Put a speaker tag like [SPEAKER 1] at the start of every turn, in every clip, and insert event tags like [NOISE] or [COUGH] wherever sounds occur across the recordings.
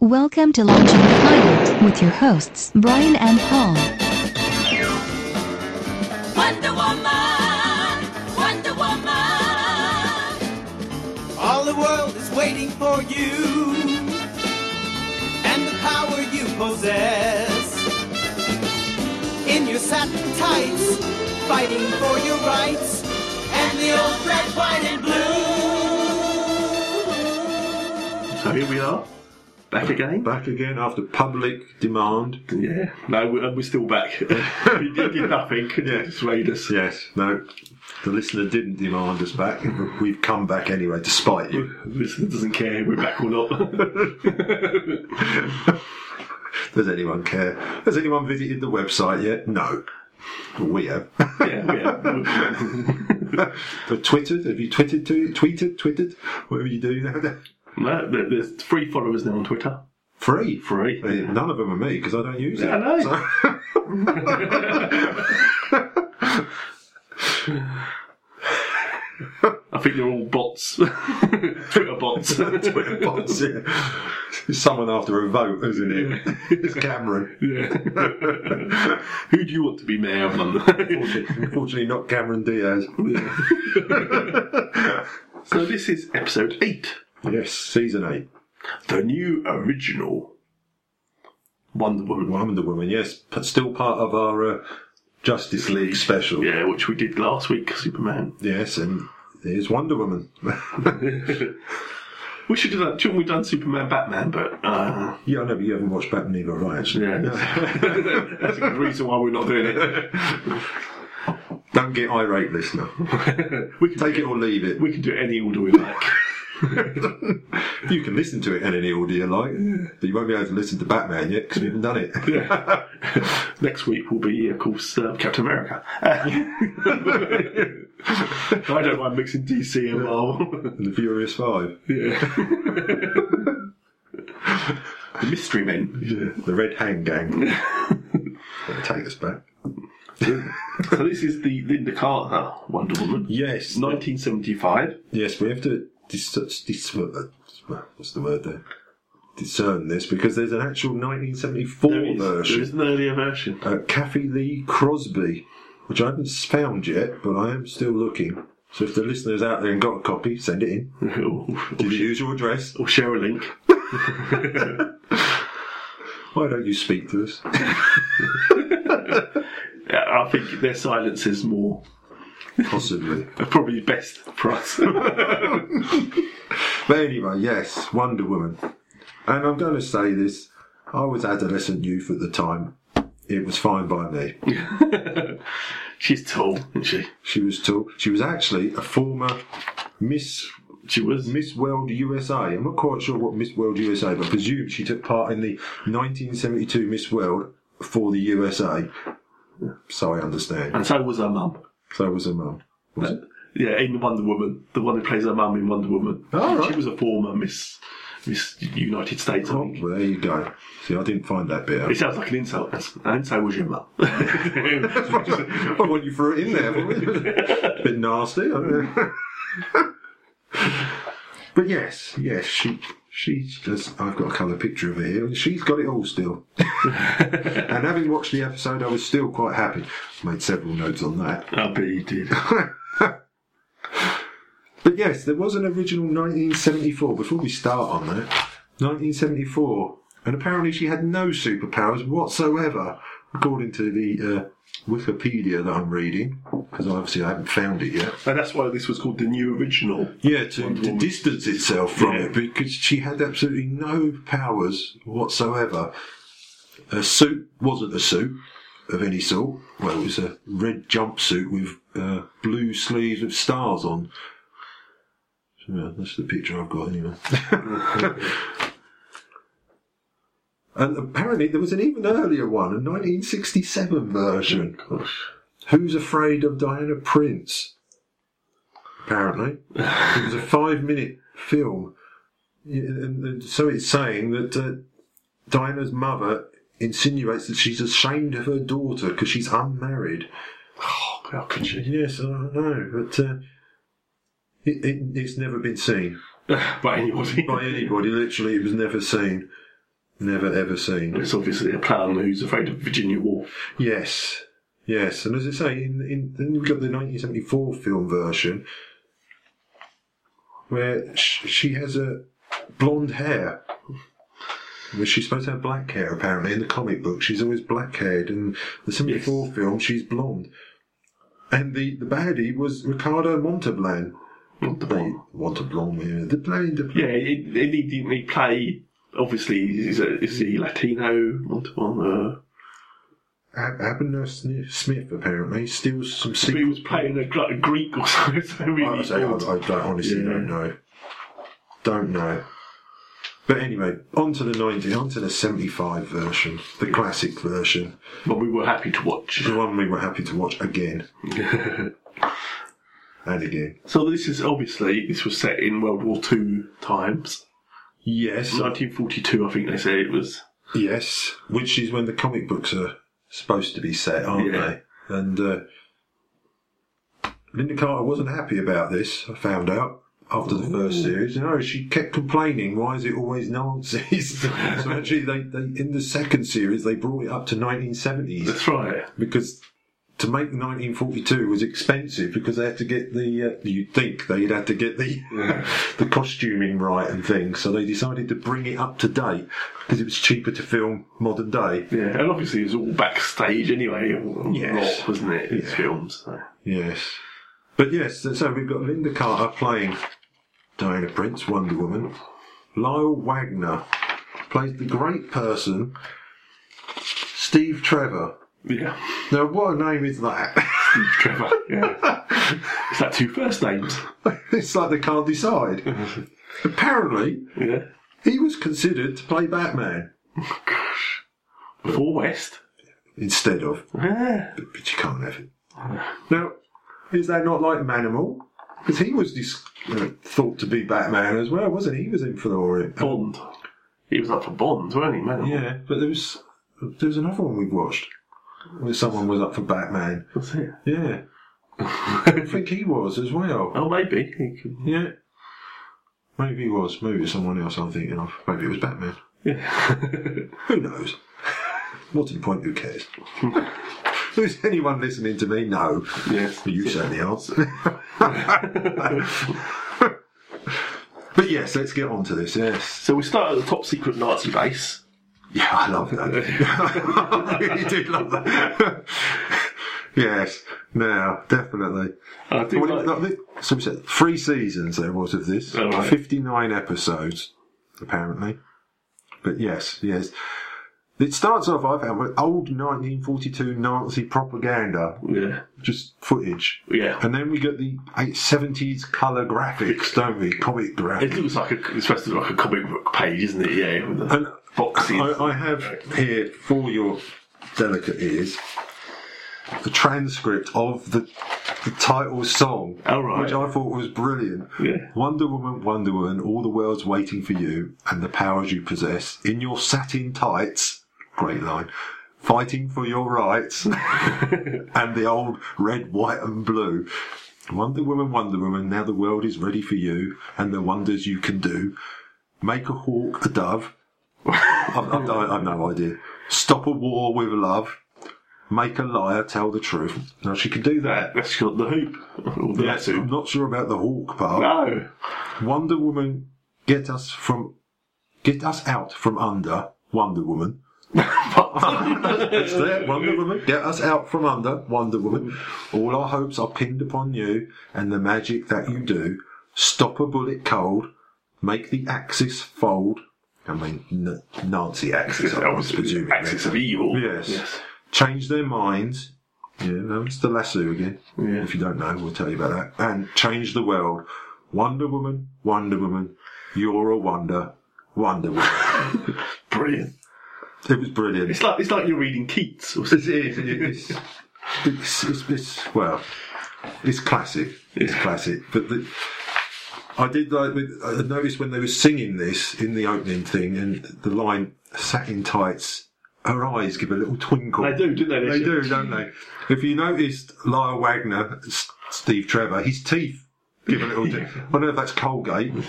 [SPEAKER 1] Welcome to Launching the Pilot with your hosts, Brian and Paul.
[SPEAKER 2] Wonder Woman, Wonder Woman,
[SPEAKER 3] All the world is waiting for you and the power you possess. In your satin tights, fighting for your rights and the old red, white, and blue.
[SPEAKER 4] So here we are, back again.
[SPEAKER 5] Back again after public demand.
[SPEAKER 4] Yeah, no, uh, we're, we're still [LAUGHS] back. we did, did [LAUGHS] nothing could
[SPEAKER 5] Yeah.
[SPEAKER 4] persuade us.
[SPEAKER 5] Yes, no, the listener didn't demand us back. [LAUGHS] but We've come back anyway, despite you.
[SPEAKER 4] Listener doesn't care we're back or not.
[SPEAKER 5] Does anyone care? Has anyone visited the website yet? No. Well, We have.
[SPEAKER 4] [LAUGHS]
[SPEAKER 5] [LAUGHS]
[SPEAKER 4] yeah, yeah.
[SPEAKER 5] but tweeted? Have you tweeted to tweeted tweeted? Whatever you do now.
[SPEAKER 4] [LAUGHS]
[SPEAKER 5] [LAUGHS]
[SPEAKER 4] No, there- there's three followers now on Twitter.
[SPEAKER 5] Free.
[SPEAKER 4] Free.
[SPEAKER 5] Uh, None of them are me because I don't use it.
[SPEAKER 4] I know.
[SPEAKER 5] [LAUGHS]
[SPEAKER 4] I think they're all bots. [LAUGHS] Twitter [LAUGHS] bots.
[SPEAKER 5] Twitter bots. Yeah. It's someone after a vote, isn't it? [LAUGHS] it's Cameron. [LAUGHS]
[SPEAKER 4] [LAUGHS] Yeah. Who do you want to be mayor of London?
[SPEAKER 5] Unfortunately, not Cameron Diaz.
[SPEAKER 4] so this is episode eight.
[SPEAKER 5] Yes, season eight.
[SPEAKER 4] The new original Wonder Woman.
[SPEAKER 5] Wonder Woman, yes, but still part of our uh, Justice League special.
[SPEAKER 4] Yeah, which we did last week, Superman.
[SPEAKER 5] Yes, and there's Wonder Woman. [LAUGHS]
[SPEAKER 4] We should do that. Shouldn't we done Superman, Batman? But uh,
[SPEAKER 5] yeah, I know, but you haven't watched Batman either, right? Actually,
[SPEAKER 4] yeah, [LAUGHS] that's the reason why we're not doing it.
[SPEAKER 5] [LAUGHS] don't get irate, listener.
[SPEAKER 4] we can
[SPEAKER 5] Take it or leave it.
[SPEAKER 4] We can do it any order we like.
[SPEAKER 5] You can listen to it in any order you like, but you won't be able to listen to Batman yet because we haven't done it. [LAUGHS]
[SPEAKER 4] Yeah. Next week will be, of course, uh, Captain America. I don't mind mixing DC and Marvel.
[SPEAKER 5] And the Furious Five,
[SPEAKER 4] the Mystery Men.
[SPEAKER 5] the Red
[SPEAKER 4] [LAUGHS]
[SPEAKER 5] Hand Gang. Take us back.
[SPEAKER 4] So this is the Linda Carter Wonder Woman.
[SPEAKER 5] Yes,
[SPEAKER 4] 1975.
[SPEAKER 5] Yes, we have to dis- dis- uh, what's the word there? Discern this because there's an actual 1974
[SPEAKER 4] There is, there
[SPEAKER 5] version.
[SPEAKER 4] is an earlier version.
[SPEAKER 5] Uh, Kathy Lee Crosby, which I haven't found yet, but I am still looking. So if the listeners out there and got a copy, send it in
[SPEAKER 4] or,
[SPEAKER 5] to the usual address.
[SPEAKER 4] or share a link.
[SPEAKER 5] Why don't you speak to us?
[SPEAKER 4] Yeah, I think their silence is more
[SPEAKER 5] Possibly.
[SPEAKER 4] probably best for us. [LAUGHS]
[SPEAKER 5] But anyway, yes, Wonder Woman. And I'm going to say this I was adolescent youth at the time. It was fine by me.
[SPEAKER 4] She's tall, isn't she?
[SPEAKER 5] She was tall. She was actually a former Miss
[SPEAKER 4] She was.
[SPEAKER 5] Miss World USA. I'm not quite sure what Miss World USA, but I presume she took part in the 1972 Miss World for the USA. So I understand.
[SPEAKER 4] And so was her mum.
[SPEAKER 5] So was her mum. Was it?
[SPEAKER 4] Yeah, in Wonder Woman, the one who plays her mum in Wonder Woman.
[SPEAKER 5] Oh, right.
[SPEAKER 4] She was a former Miss Miss United States. I
[SPEAKER 5] Oh,
[SPEAKER 4] think.
[SPEAKER 5] well, there you go. See, I didn't find that bit. [LAUGHS]
[SPEAKER 4] It
[SPEAKER 5] out.
[SPEAKER 4] sounds like an insult, that's- and so was your mum.
[SPEAKER 5] I want you threw it in there. a [LAUGHS] bit nasty. I don't know. [LAUGHS] but yes, yes, she. She's just, I've got a colour picture of her here, and she's got it all still. [LAUGHS] and having watched the episode, I was still quite happy. Made several notes on that.
[SPEAKER 4] I bet you did.
[SPEAKER 5] But yes, there was an original 1974. Before we start on that, 1974, and apparently she had no superpowers whatsoever, according to the uh, Wikipedia that I'm reading, because obviously I haven't found it yet.
[SPEAKER 4] And that's why this was called the new original.
[SPEAKER 5] Yeah, to, to distance itself from
[SPEAKER 4] Yeah.
[SPEAKER 5] it, because she had absolutely no powers whatsoever. Her suit wasn't a suit of any sort. Well, it was a red jumpsuit with uh, blue sleeves with stars on. So, yeah, that's the picture I've got anyway. [LAUGHS] and apparently there was an even earlier one, a 1967 version.
[SPEAKER 4] Gosh.
[SPEAKER 5] Who's Afraid of Diana Prince? Apparently. it was a five minute film. Yeah, And and so it's saying that uh, Diana's mother insinuates that she's ashamed of her daughter because she's unmarried.
[SPEAKER 4] How could she? [SIGHS]
[SPEAKER 5] Yes, I know, but uh, it, it, it's never been seen
[SPEAKER 4] By anybody.
[SPEAKER 5] by anybody. Literally, it was never seen. never ever seen.
[SPEAKER 4] It's obviously a plan who's afraid of Virginia Woolf.
[SPEAKER 5] Yes, yes, and as I say, in, in then we've got the 1974 film version where sh- she has a blonde hair. Well, she's supposed to have black hair, apparently, in the comic book. She's always black haired, and the 74 film, she's blonde. And the, the baddie was Ricardo Montalban.
[SPEAKER 4] Not the
[SPEAKER 5] They
[SPEAKER 4] one.
[SPEAKER 5] want a blonde, yeah. The plane, the
[SPEAKER 4] Yeah, it, it, he didn't he play. Obviously, is, is he Latino? Montalban? Uh,
[SPEAKER 5] Ab- Abner Sni- Smith apparently steals some
[SPEAKER 4] but he
[SPEAKER 5] secret.
[SPEAKER 4] was playing a Gr- Greek or [LAUGHS] something. So really
[SPEAKER 5] I, say, I,
[SPEAKER 4] odd.
[SPEAKER 5] I don't, honestly
[SPEAKER 4] Yeah.
[SPEAKER 5] don't know. Don't know. But anyway, on to the 90, on to the 75 version, the classic version,
[SPEAKER 4] But we were happy to
[SPEAKER 5] [LAUGHS]
[SPEAKER 4] watch.
[SPEAKER 5] the one we were happy to watch again and again.
[SPEAKER 4] so this is obviously this was set in World War Two times,
[SPEAKER 5] Yes,
[SPEAKER 4] 1942. I think they say it was.
[SPEAKER 5] yes, which is when the comic books are supposed to be set, aren't
[SPEAKER 4] Yeah.
[SPEAKER 5] they? And uh, Linda Carter wasn't happy about this, I found out. After the first series, no, she kept complaining. Why is it always Nazis? [LAUGHS] so actually, they, they in the second series they brought it up to 1970s
[SPEAKER 4] That's right.
[SPEAKER 5] because to make the 1942 was expensive because they had to get the uh, you'd think they'd had to get the [LAUGHS] the costuming right and things so they decided to bring it up to date because it was cheaper to film modern day
[SPEAKER 4] Yeah, and obviously it was all backstage anyway. a
[SPEAKER 5] Yes.
[SPEAKER 4] lot, wasn't it? His films. So.
[SPEAKER 5] yes but yes so we've got linda carter playing diana prince wonder woman lyle wagner plays the great person steve trevor
[SPEAKER 4] Yeah, [LAUGHS]
[SPEAKER 5] now what a name is that [LAUGHS]
[SPEAKER 4] Trevor. Yeah, is that two first names?
[SPEAKER 5] it's like they can't decide apparently
[SPEAKER 4] Yeah,
[SPEAKER 5] He was considered to play Batman
[SPEAKER 4] before West.
[SPEAKER 5] instead of,
[SPEAKER 4] Yeah.
[SPEAKER 5] but, but you can't have it. Now, is that not like Manimal? Because he was dis- you know, thought to be Batman as well, wasn't he? He was in for it.
[SPEAKER 4] Bond. He was up for Bond, weren't he, man?
[SPEAKER 5] Yeah, but there was there was another one we watched where someone was up for Batman.
[SPEAKER 4] that's it.
[SPEAKER 5] Yeah, [LAUGHS] I think he was as well.
[SPEAKER 4] Oh, maybe. He could-
[SPEAKER 5] Yeah, maybe he was. Maybe it's someone else I'm thinking of. Maybe it was Batman.
[SPEAKER 4] Yeah.
[SPEAKER 5] Who knows? What's the point? Who cares? [LAUGHS] Who's anyone listening to me? No.
[SPEAKER 4] yes.
[SPEAKER 5] You certainly are. [LAUGHS] but yes, let's get on to this. Yes.
[SPEAKER 4] So we start at the top secret Nazi base.
[SPEAKER 5] Yeah, I love that. [LAUGHS] I really do love that. [LAUGHS] yes. Now, definitely.
[SPEAKER 4] I do
[SPEAKER 5] Well,
[SPEAKER 4] like-
[SPEAKER 5] not the- so we said three seasons there was of this.
[SPEAKER 4] Oh, right.
[SPEAKER 5] 59 episodes, apparently. But yes, yes. It starts off, I found, with old 1942 Nazi propaganda,
[SPEAKER 4] yeah.
[SPEAKER 5] just footage.
[SPEAKER 4] Yeah.
[SPEAKER 5] And then we get the eight seventies colour graphics, don't we? Comic
[SPEAKER 4] it
[SPEAKER 5] graphics.
[SPEAKER 4] looks like a, it's supposed to look like a comic book page, isn't it? Yeah. With the
[SPEAKER 5] And
[SPEAKER 4] boxes.
[SPEAKER 5] I, I have here for your delicate ears the transcript of the, the title song,
[SPEAKER 4] Oh, right.
[SPEAKER 5] which I thought was brilliant.
[SPEAKER 4] Yeah.
[SPEAKER 5] Wonder Woman, Wonder Woman, all the world's waiting for you and the powers you possess in your satin tights. Great line. Fighting for
[SPEAKER 4] [LAUGHS]
[SPEAKER 5] your rights and the old red, white, and blue. Wonder Woman, Wonder Woman, now the world is ready for you and the wonders you can do. Make a hawk a dove. I've, I've, I've no idea. Stop a war with love. Make a liar tell the truth. Now she can do that.
[SPEAKER 4] that, that's got the hoop. Or the lasso.
[SPEAKER 5] I'm not sure about the hawk part.
[SPEAKER 4] No.
[SPEAKER 5] Wonder Woman, get us from, get us out from under Wonder Woman. That's there, Wonder Woman. Get us out from under Wonder Woman. All our hopes are pinned upon you and the magic that you do. Stop a bullet cold. Make the axis fold. I mean, N- Nazi
[SPEAKER 4] [LAUGHS]
[SPEAKER 5] axis, I was presuming.
[SPEAKER 4] Axis of evil.
[SPEAKER 5] Yes. Change their minds. Yeah, no, it's the lasso again.
[SPEAKER 4] Yeah.
[SPEAKER 5] If you don't know, we'll tell you about that. And change the world. Wonder Woman, Wonder Woman, you're a wonder, Wonder Woman.
[SPEAKER 4] Brilliant.
[SPEAKER 5] it was brilliant.
[SPEAKER 4] It's like it's like you're reading Keats or
[SPEAKER 5] It's,
[SPEAKER 4] something.
[SPEAKER 5] it's, it's, it's, it's, it's- well, it's classic. It's classic. But the, I did like, with- I noticed when they were singing this in the opening thing and the line, satin tights, her eyes give a little twinkle.
[SPEAKER 4] They do, don't they?
[SPEAKER 5] They do, don't they? If you noticed Lyle Wagner, S- Steve Trevor, his
[SPEAKER 4] [LAUGHS]
[SPEAKER 5] [LAUGHS] teeth give a little. I don't know if that's Colgate.
[SPEAKER 4] It's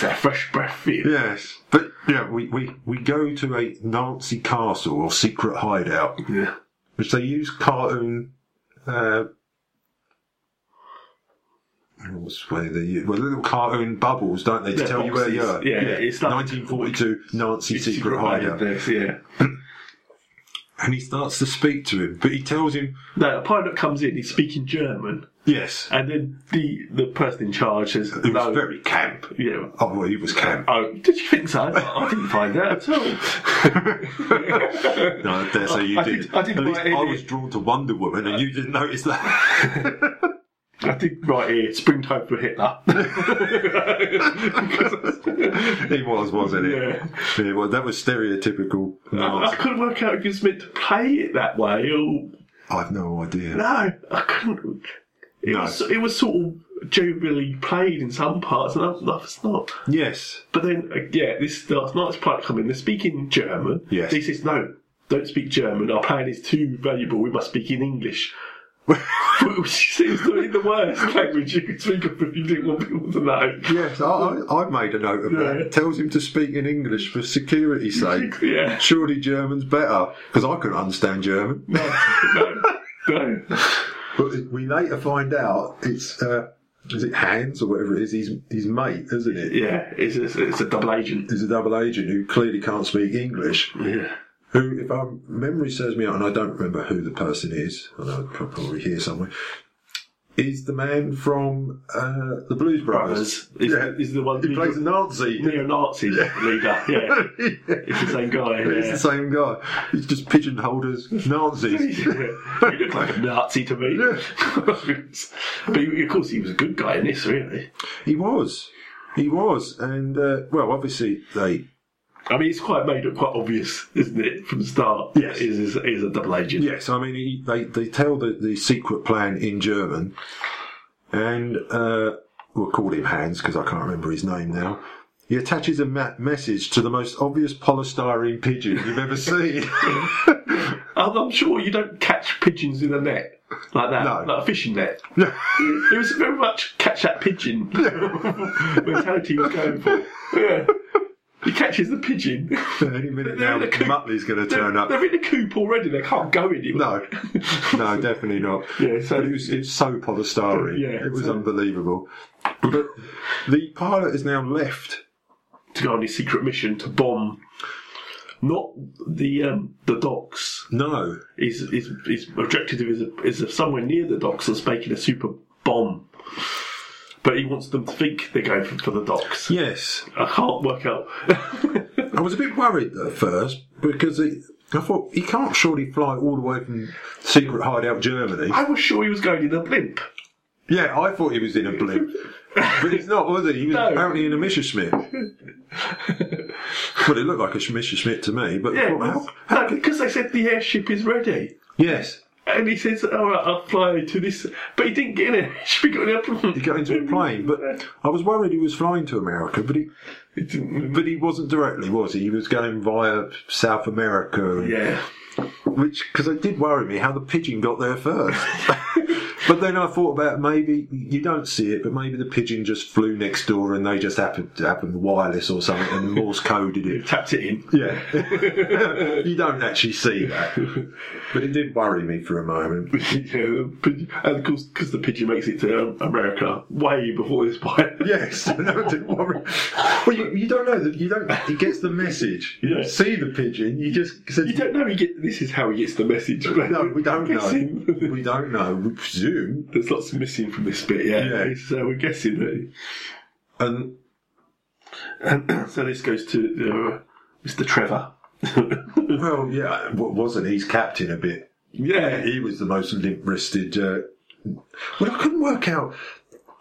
[SPEAKER 4] that fresh breath feel.
[SPEAKER 5] yes, but yeah, we, we, we go to a Nazi castle or secret hideout,
[SPEAKER 4] Yeah.
[SPEAKER 5] which they use cartoon. Uh, what's the way they use? Well, little cartoon bubbles, don't they, to
[SPEAKER 4] Yeah,
[SPEAKER 5] tell you where you are?
[SPEAKER 4] boxes. Yeah, it's like-
[SPEAKER 5] 1942 Nazi secret, hideout.
[SPEAKER 4] This, yeah.
[SPEAKER 5] And he starts to speak to him, but he tells him,
[SPEAKER 4] No, a pilot comes in, he's speaking German,
[SPEAKER 5] yes,
[SPEAKER 4] and then the the person in charge says,
[SPEAKER 5] it was
[SPEAKER 4] no,
[SPEAKER 5] very camp.
[SPEAKER 4] yeah.
[SPEAKER 5] Oh, well, he
[SPEAKER 4] [LAUGHS]
[SPEAKER 5] was camp.
[SPEAKER 4] Oh, did you think so? I didn't find out at all.
[SPEAKER 5] No, I dare say you
[SPEAKER 4] I
[SPEAKER 5] did.
[SPEAKER 4] did- I did
[SPEAKER 5] At least
[SPEAKER 4] write in
[SPEAKER 5] I
[SPEAKER 4] it.
[SPEAKER 5] was drawn to Wonder Woman, and you didn't notice that. [LAUGHS]
[SPEAKER 4] I did right here, springtime for Hitler. [LAUGHS]
[SPEAKER 5] [LAUGHS] he was, wasn't it?
[SPEAKER 4] yeah.
[SPEAKER 5] Yeah, well, that was stereotypical.
[SPEAKER 4] I
[SPEAKER 5] [LAUGHS] Nazi.
[SPEAKER 4] couldn't work out if he was meant to play it that way or
[SPEAKER 5] I've no idea.
[SPEAKER 4] no. I couldn't. It
[SPEAKER 5] No.
[SPEAKER 4] was it was sort of jovially played in some parts and others not.
[SPEAKER 5] Yes.
[SPEAKER 4] But then uh, yeah, this last night's part come in. They're speaking German.
[SPEAKER 5] Yes.
[SPEAKER 4] He says no. Don't speak German. Our plan is too valuable. We must speak in [LAUGHS] English. Which seems to be the worst language you could speak of if you didn't want people to know.
[SPEAKER 5] Yes, I, I, I've made a note of
[SPEAKER 4] Yeah.
[SPEAKER 5] that. Tells him to speak in English for [LAUGHS] security's sake.
[SPEAKER 4] Yeah.
[SPEAKER 5] Surely German's better, because I couldn't understand German.
[SPEAKER 4] No. No. no.
[SPEAKER 5] But we later find out it's, uh, is it Hans or whatever it is, his, his mate, isn't it?
[SPEAKER 4] Yeah, it's a, it's a double agent.
[SPEAKER 5] He's a double agent who clearly can't speak English.
[SPEAKER 4] Yeah.
[SPEAKER 5] who, if our memory serves me out, and I don't remember who the person is, although it's probably here somewhere, is the man from uh, the Blues Brothers.
[SPEAKER 4] Brothers. Is, is the one
[SPEAKER 5] he plays a Nazi.
[SPEAKER 4] neo-Nazi leader.
[SPEAKER 5] [LAUGHS]
[SPEAKER 4] [LAUGHS] Yeah, it's the same guy.
[SPEAKER 5] It's
[SPEAKER 4] yeah.
[SPEAKER 5] the same guy. He's just pigeonholed as
[SPEAKER 4] [LAUGHS]
[SPEAKER 5] Nazis.
[SPEAKER 4] Yeah. you look like a Nazi to me. [LAUGHS] but he, of course, he was a good guy in this, really.
[SPEAKER 5] he was. He was. And, uh, well, obviously, they.
[SPEAKER 4] I mean, it's quite made up, quite obvious, isn't it, from the start?
[SPEAKER 5] Yes.
[SPEAKER 4] Is, is, is a double agent.
[SPEAKER 5] Yes, I mean, he, they, they tell the, the secret plan in German, and uh, we'll call him Hans because I can't remember his name now. He attaches a ma- message to the most obvious polystyrene pigeon you've ever seen. [LAUGHS]
[SPEAKER 4] I'm, I'm sure you don't catch pigeons in a net like that,
[SPEAKER 5] No.
[SPEAKER 4] like a fishing net. It was very much catch that
[SPEAKER 5] [LAUGHS]
[SPEAKER 4] pigeon mentality was going for. Yeah. He catches the pigeon.
[SPEAKER 5] Any
[SPEAKER 4] [LAUGHS]
[SPEAKER 5] minute now,
[SPEAKER 4] They're in a coop.
[SPEAKER 5] Muttley's going to [LAUGHS] turn
[SPEAKER 4] they're,
[SPEAKER 5] up.
[SPEAKER 4] They're in a coop already. They can't go anywhere.
[SPEAKER 5] No, no, definitely not.
[SPEAKER 4] Yeah, so-
[SPEAKER 5] But it was, it was so polystyrene.
[SPEAKER 4] Yeah,
[SPEAKER 5] it was
[SPEAKER 4] so-
[SPEAKER 5] unbelievable. But the pilot is now left.
[SPEAKER 4] [LAUGHS] To go on his secret mission to bomb, not the um, the docks.
[SPEAKER 5] No,
[SPEAKER 4] His his, his objective is is somewhere near the docks and making a super bomb. But he wants them to think they're going for, for the docks.
[SPEAKER 5] yes,
[SPEAKER 4] I can't work
[SPEAKER 5] [LAUGHS]
[SPEAKER 4] out.
[SPEAKER 5] I was a bit worried at first because he, I thought he can't surely fly all the way from secret hideout Germany.
[SPEAKER 4] I was sure he was going in a blimp.
[SPEAKER 5] Yeah, I thought he was in a blimp, but he's not, was he? He was
[SPEAKER 4] No.
[SPEAKER 5] apparently in
[SPEAKER 4] [LAUGHS]
[SPEAKER 5] a Messerschmitt. well, it looked like a Messerschmitt to me, but
[SPEAKER 4] Yeah,
[SPEAKER 5] I thought, how- how
[SPEAKER 4] no,
[SPEAKER 5] could-
[SPEAKER 4] because they said the airship is ready.
[SPEAKER 5] yes,
[SPEAKER 4] And he says, all right, I'll fly to this. But he didn't get in [LAUGHS] it. Should we go in a
[SPEAKER 5] he got into a
[SPEAKER 4] [LAUGHS]
[SPEAKER 5] plane. But I was worried he was flying to America, but he
[SPEAKER 4] It didn't-
[SPEAKER 5] but he wasn't directly, was he? He was going via South America, and-
[SPEAKER 4] Yeah.
[SPEAKER 5] which because it did worry me how the pigeon got there [LAUGHS] first. but then I thought about maybe you don't see it, but maybe the pigeon just flew next door and they just happened happened wireless or something and [LAUGHS] Morse coded it.
[SPEAKER 4] Tapped it in. [LAUGHS]
[SPEAKER 5] Yeah, [LAUGHS] you don't actually see that, but it did worry me for a moment.
[SPEAKER 4] yeah, pigeon- and of course, because the pigeon makes it to um, America way before this [LAUGHS] pilot.
[SPEAKER 5] [LAUGHS] Yes, no, it did worry. Well, you, you don't know that you don't. He gets the message. You don't
[SPEAKER 4] Yeah.
[SPEAKER 5] see the pigeon. You just said,
[SPEAKER 4] You don't know. He get this is how he gets the message. but
[SPEAKER 5] no, we don't know.
[SPEAKER 4] guessing.
[SPEAKER 5] We don't know. We presume.
[SPEAKER 4] There's lots missing from this bit. Yeah.
[SPEAKER 5] Yeah.
[SPEAKER 4] So we're guessing. That,
[SPEAKER 5] And
[SPEAKER 4] and [CLEARS THROAT] so this goes to uh, Mr. Trevor. [LAUGHS]
[SPEAKER 5] well, yeah, w- wasn't he's captain a bit?
[SPEAKER 4] yeah.
[SPEAKER 5] He was the most limp-wristed. Uh, well, I couldn't work out.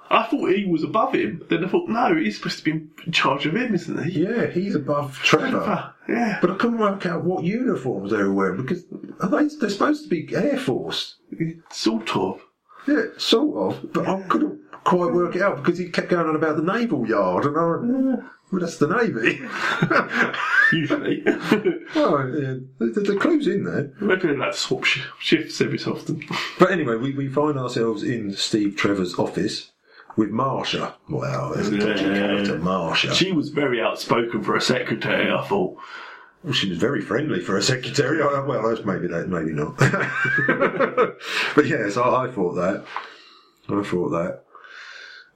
[SPEAKER 4] I thought he was above him. Then I thought, no, he's supposed to be in charge of him, isn't he?
[SPEAKER 5] Yeah, he's above Trevor,
[SPEAKER 4] Ah, yeah.
[SPEAKER 5] but I couldn't work out what uniforms they were wearing because are they, they're supposed to be Air Force.
[SPEAKER 4] Sort of.
[SPEAKER 5] Yeah, sort of. But I couldn't quite work it out because he kept going on about the naval yard, and I, went, "Eh, well, that's the navy. [LAUGHS]
[SPEAKER 4] Usually. [LAUGHS]
[SPEAKER 5] oh, yeah, the, the- the clues in there.
[SPEAKER 4] Maybe they like to swap sh- shifts every so often.
[SPEAKER 5] But anyway, we, we find ourselves in Steve Trevor's office, with Marsha. Wow, there's a dodgy
[SPEAKER 4] Yeah.
[SPEAKER 5] character, Marsha. She,
[SPEAKER 4] She was very outspoken for a secretary, I thought.
[SPEAKER 5] she was very friendly for a secretary. Oh, well, that's maybe that, maybe not. [LAUGHS] but yes, I, I thought that. I thought that.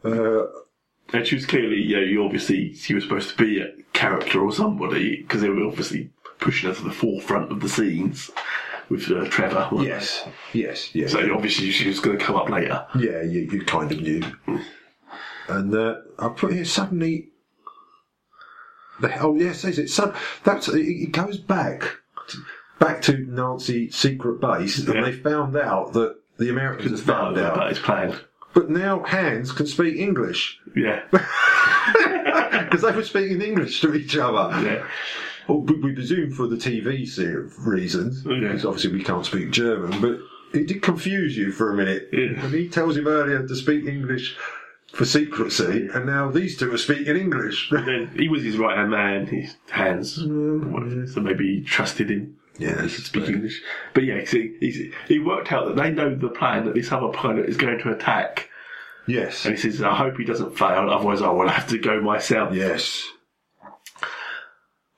[SPEAKER 5] Uh,
[SPEAKER 4] And she was clearly, you know, you obviously, she was supposed to be a character or somebody, because they were obviously pushing her to the forefront of the scenes with uh, Trevor. weren't they?
[SPEAKER 5] yes, yes, yes.
[SPEAKER 4] So obviously she was going to come up later.
[SPEAKER 5] Yeah, you, you kind of knew. And uh, I put here suddenly. The, oh yes, is it? Sud that's it, it goes back to- back to Nazi secret base, and
[SPEAKER 4] Yeah.
[SPEAKER 5] they found out that the Americans
[SPEAKER 4] No,
[SPEAKER 5] found
[SPEAKER 4] about
[SPEAKER 5] out.
[SPEAKER 4] his plan.
[SPEAKER 5] But now Hans can speak English [LAUGHS]
[SPEAKER 4] Yeah.
[SPEAKER 5] because they were speaking English to each other.
[SPEAKER 4] yeah.
[SPEAKER 5] Well, we, we presume for the TV se- reasons,
[SPEAKER 4] Oh, Yeah.
[SPEAKER 5] because obviously we can't speak German, but it did confuse you for a minute.
[SPEAKER 4] Yeah.
[SPEAKER 5] When he tells him earlier to speak English for secrecy, and now these two are
[SPEAKER 4] [LAUGHS]
[SPEAKER 5] speaking English.
[SPEAKER 4] Then he was his right hand man, his hands. So maybe he trusted him.
[SPEAKER 5] Mm, Yeah,
[SPEAKER 4] he could speak English. But yeah, 'cause he, he's, he worked out that they know the plan that this other pilot is going to attack.
[SPEAKER 5] yes.
[SPEAKER 4] And he says, I hope he doesn't fail, otherwise I will have to go myself.
[SPEAKER 5] Yes.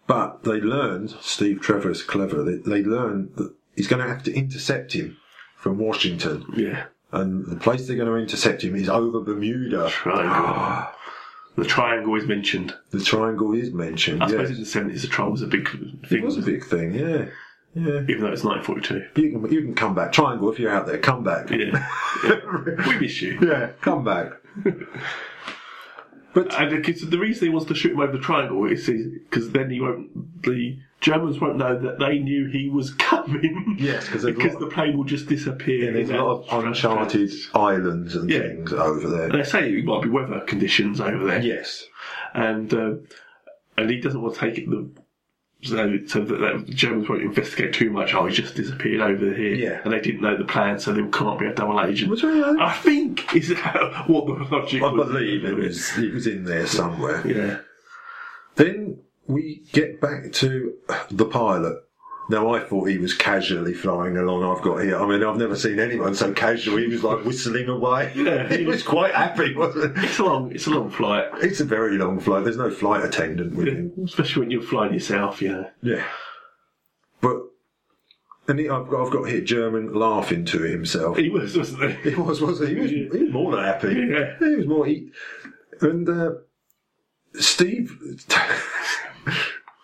[SPEAKER 5] But they learned, Steve Trevor is clever, they, they learned that he's going to have to intercept him from Washington.
[SPEAKER 4] Yeah.
[SPEAKER 5] And the place they're going to intercept him is over Bermuda.
[SPEAKER 4] Triangle. [SIGHS] the triangle is mentioned.
[SPEAKER 5] The triangle is mentioned.
[SPEAKER 4] I
[SPEAKER 5] yes.
[SPEAKER 4] suppose in the 70s, the triangle was a big thing.
[SPEAKER 5] It was a big thing, yeah. Yeah.
[SPEAKER 4] Even though it's 1942.
[SPEAKER 5] You can, you can come back. Triangle, if you're out there, come back. [LAUGHS]
[SPEAKER 4] Yeah. [LAUGHS] yeah. we miss you.
[SPEAKER 5] Yeah, come back.
[SPEAKER 4] And because the reason he wants to shoot him over the triangle is because then he won't. The Germans won't know that they knew he was [LAUGHS] coming.
[SPEAKER 5] Yes, 'cause there's a
[SPEAKER 4] because
[SPEAKER 5] lot-
[SPEAKER 4] the plane will just disappear.
[SPEAKER 5] There's a
[SPEAKER 4] in
[SPEAKER 5] lot
[SPEAKER 4] that-
[SPEAKER 5] of uncharted islands and
[SPEAKER 4] Yeah.
[SPEAKER 5] things over
[SPEAKER 4] And
[SPEAKER 5] there.
[SPEAKER 4] they say it might be weather conditions over there.
[SPEAKER 5] Yes.
[SPEAKER 4] and uh, and he doesn't want to take it the. So, so that, that the Germans won't investigate too much. Oh, he just disappeared over here,
[SPEAKER 5] Yeah.
[SPEAKER 4] and they didn't know the plan, so they can't be a double agent.
[SPEAKER 5] Was there a-
[SPEAKER 4] I think is [LAUGHS] how- what the logic.
[SPEAKER 5] I
[SPEAKER 4] was.
[SPEAKER 5] believe it was, it was in there somewhere.
[SPEAKER 4] Yeah,
[SPEAKER 5] Then we get back to the pilot. Now, I thought he was casually flying along. I've got here. I mean, I've never seen anyone so casual. He was like whistling away.
[SPEAKER 4] Yeah.
[SPEAKER 5] [LAUGHS] he was quite happy, wasn't he?
[SPEAKER 4] it's a long, it's a long flight.
[SPEAKER 5] It's a very long flight. There's no flight attendant with him.
[SPEAKER 4] Especially when you're flying yourself, you know.
[SPEAKER 5] Yeah. But and he, I've got I've got here German laughing to himself.
[SPEAKER 4] He was, wasn't he?
[SPEAKER 5] [LAUGHS] He was wasn't he? He was, he was more than happy.
[SPEAKER 4] Yeah.
[SPEAKER 5] He was more. He, and uh, Steve. [LAUGHS]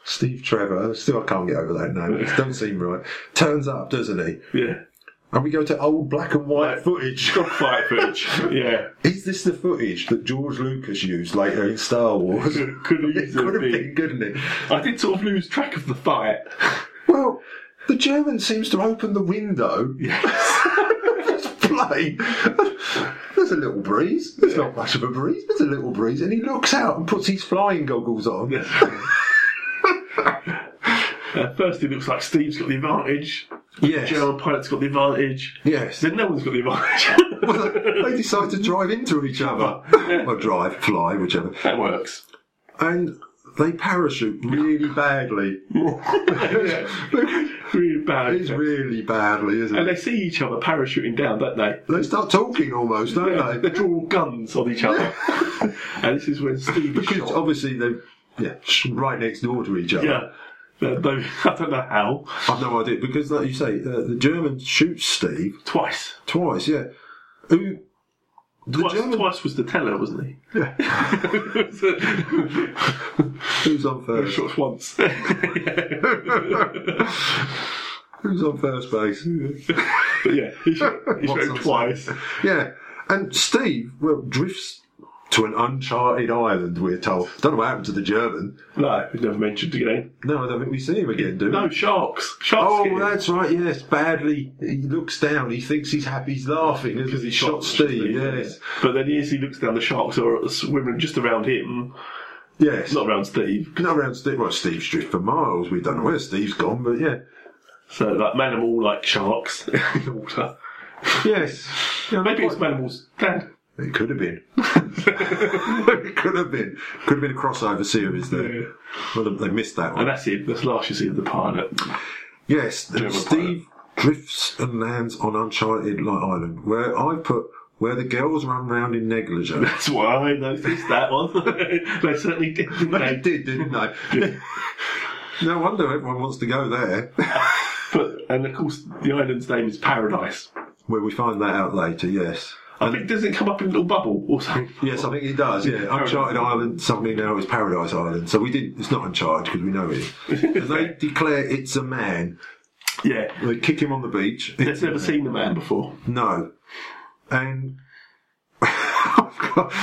[SPEAKER 5] Steve Trevor, still I can't get over that name. It doesn't seem right. Turns up, doesn't he?
[SPEAKER 4] Yeah.
[SPEAKER 5] And we go to old black and white footage.
[SPEAKER 4] Fight footage. Yeah.
[SPEAKER 5] [LAUGHS] Is this the footage that George Lucas used later in Star Wars?
[SPEAKER 4] Could- [LAUGHS] could have
[SPEAKER 5] it could have
[SPEAKER 4] been.
[SPEAKER 5] been, couldn't it?
[SPEAKER 4] I did sort of lose track of the fight. [LAUGHS]
[SPEAKER 5] Well, the German seems to open the window. [LAUGHS] Let's play. There's a little breeze. There's not much of a breeze. There's a little breeze, and he looks out and puts his flying goggles on.
[SPEAKER 4] At first, it looks like Steve's got the advantage.
[SPEAKER 5] Yes.
[SPEAKER 4] German pilot's got the advantage.
[SPEAKER 5] Yes. [LAUGHS]
[SPEAKER 4] Then no one's got the advantage.
[SPEAKER 5] Well, they decide to drive into each other, or drive, fly, whichever,
[SPEAKER 4] that works.
[SPEAKER 5] and they parachute really badly. [LAUGHS]
[SPEAKER 4] Really bad.
[SPEAKER 5] It's really badly, isn't
[SPEAKER 4] And
[SPEAKER 5] it?
[SPEAKER 4] they see each other parachuting down, don't they?
[SPEAKER 5] They start talking almost,
[SPEAKER 4] They,
[SPEAKER 5] don't
[SPEAKER 4] they
[SPEAKER 5] they?
[SPEAKER 4] draw guns on each
[SPEAKER 5] [LAUGHS]
[SPEAKER 4] other. and this is when Steve is
[SPEAKER 5] Because
[SPEAKER 4] shot.
[SPEAKER 5] obviously they're yeah, right next door to each other.
[SPEAKER 4] Yeah. They, they, [LAUGHS] I don't know how.
[SPEAKER 5] I've no idea because, like you say, uh, the German shoots Steve
[SPEAKER 4] Twice.
[SPEAKER 5] twice. Yeah, who? The
[SPEAKER 4] Twice,
[SPEAKER 5] German
[SPEAKER 4] twice was the teller, wasn't he? [LAUGHS]
[SPEAKER 5] who's on first?
[SPEAKER 4] Shot once. [LAUGHS]
[SPEAKER 5] Who's on first base?
[SPEAKER 4] [LAUGHS] But yeah, he shot, he shot
[SPEAKER 5] What's
[SPEAKER 4] him
[SPEAKER 5] on
[SPEAKER 4] twice.
[SPEAKER 5] Yeah, and Steve well drifts to an uncharted island. We're told. Don't know what happened to the German.
[SPEAKER 4] No, he's never mentioned again.
[SPEAKER 5] No, I don't think we see him again, do we?
[SPEAKER 4] No, sharks. Sharks.
[SPEAKER 5] Oh,
[SPEAKER 4] get him.
[SPEAKER 5] that's right. Yes, badly. He looks down. He thinks he's happy. He's laughing because he shot Steve. Yes,
[SPEAKER 4] But then as he looks down, the sharks are swimming just around him,
[SPEAKER 5] yes.
[SPEAKER 4] not around Steve.
[SPEAKER 5] No, around Steve. Well, Steve's drift for miles. We don't know where Steve's gone, but yeah.
[SPEAKER 4] So like manimal like sharks [LAUGHS] in the water.
[SPEAKER 5] Yes. Yeah,
[SPEAKER 4] Maybe it's manimal's dad.
[SPEAKER 5] It could have been. [LAUGHS] it could have been. Could have been a crossover series there.
[SPEAKER 4] Yeah.
[SPEAKER 5] Well, they- they missed that
[SPEAKER 4] And
[SPEAKER 5] one.
[SPEAKER 4] that's it. That's the last you see of the pilot.
[SPEAKER 5] Yes, and
[SPEAKER 4] German
[SPEAKER 5] Steve drifts and lands on uncharted like island, where I put where the girls run round in
[SPEAKER 4] [LAUGHS]
[SPEAKER 5] negligee.
[SPEAKER 4] That's why I noticed that one. [LAUGHS] they certainly did. didn't
[SPEAKER 5] they
[SPEAKER 4] they?
[SPEAKER 5] did, didn't they?
[SPEAKER 4] Yeah.
[SPEAKER 5] no wonder everyone wants to go there.
[SPEAKER 4] But and of course, the island's name is Paradise.
[SPEAKER 5] Where we find that out later, yes.
[SPEAKER 4] I think does it come up in Little Bubble or something?
[SPEAKER 5] Yes, I think it does. Yeah, Uncharted Island suddenly now is Paradise Island. So we did. It's not Uncharted because we know it.
[SPEAKER 4] [LAUGHS]
[SPEAKER 5] And they declare it's a man.
[SPEAKER 4] Yeah.
[SPEAKER 5] They kick him on the beach.
[SPEAKER 4] That's never seen the man before.
[SPEAKER 5] No. And [LAUGHS] I've got,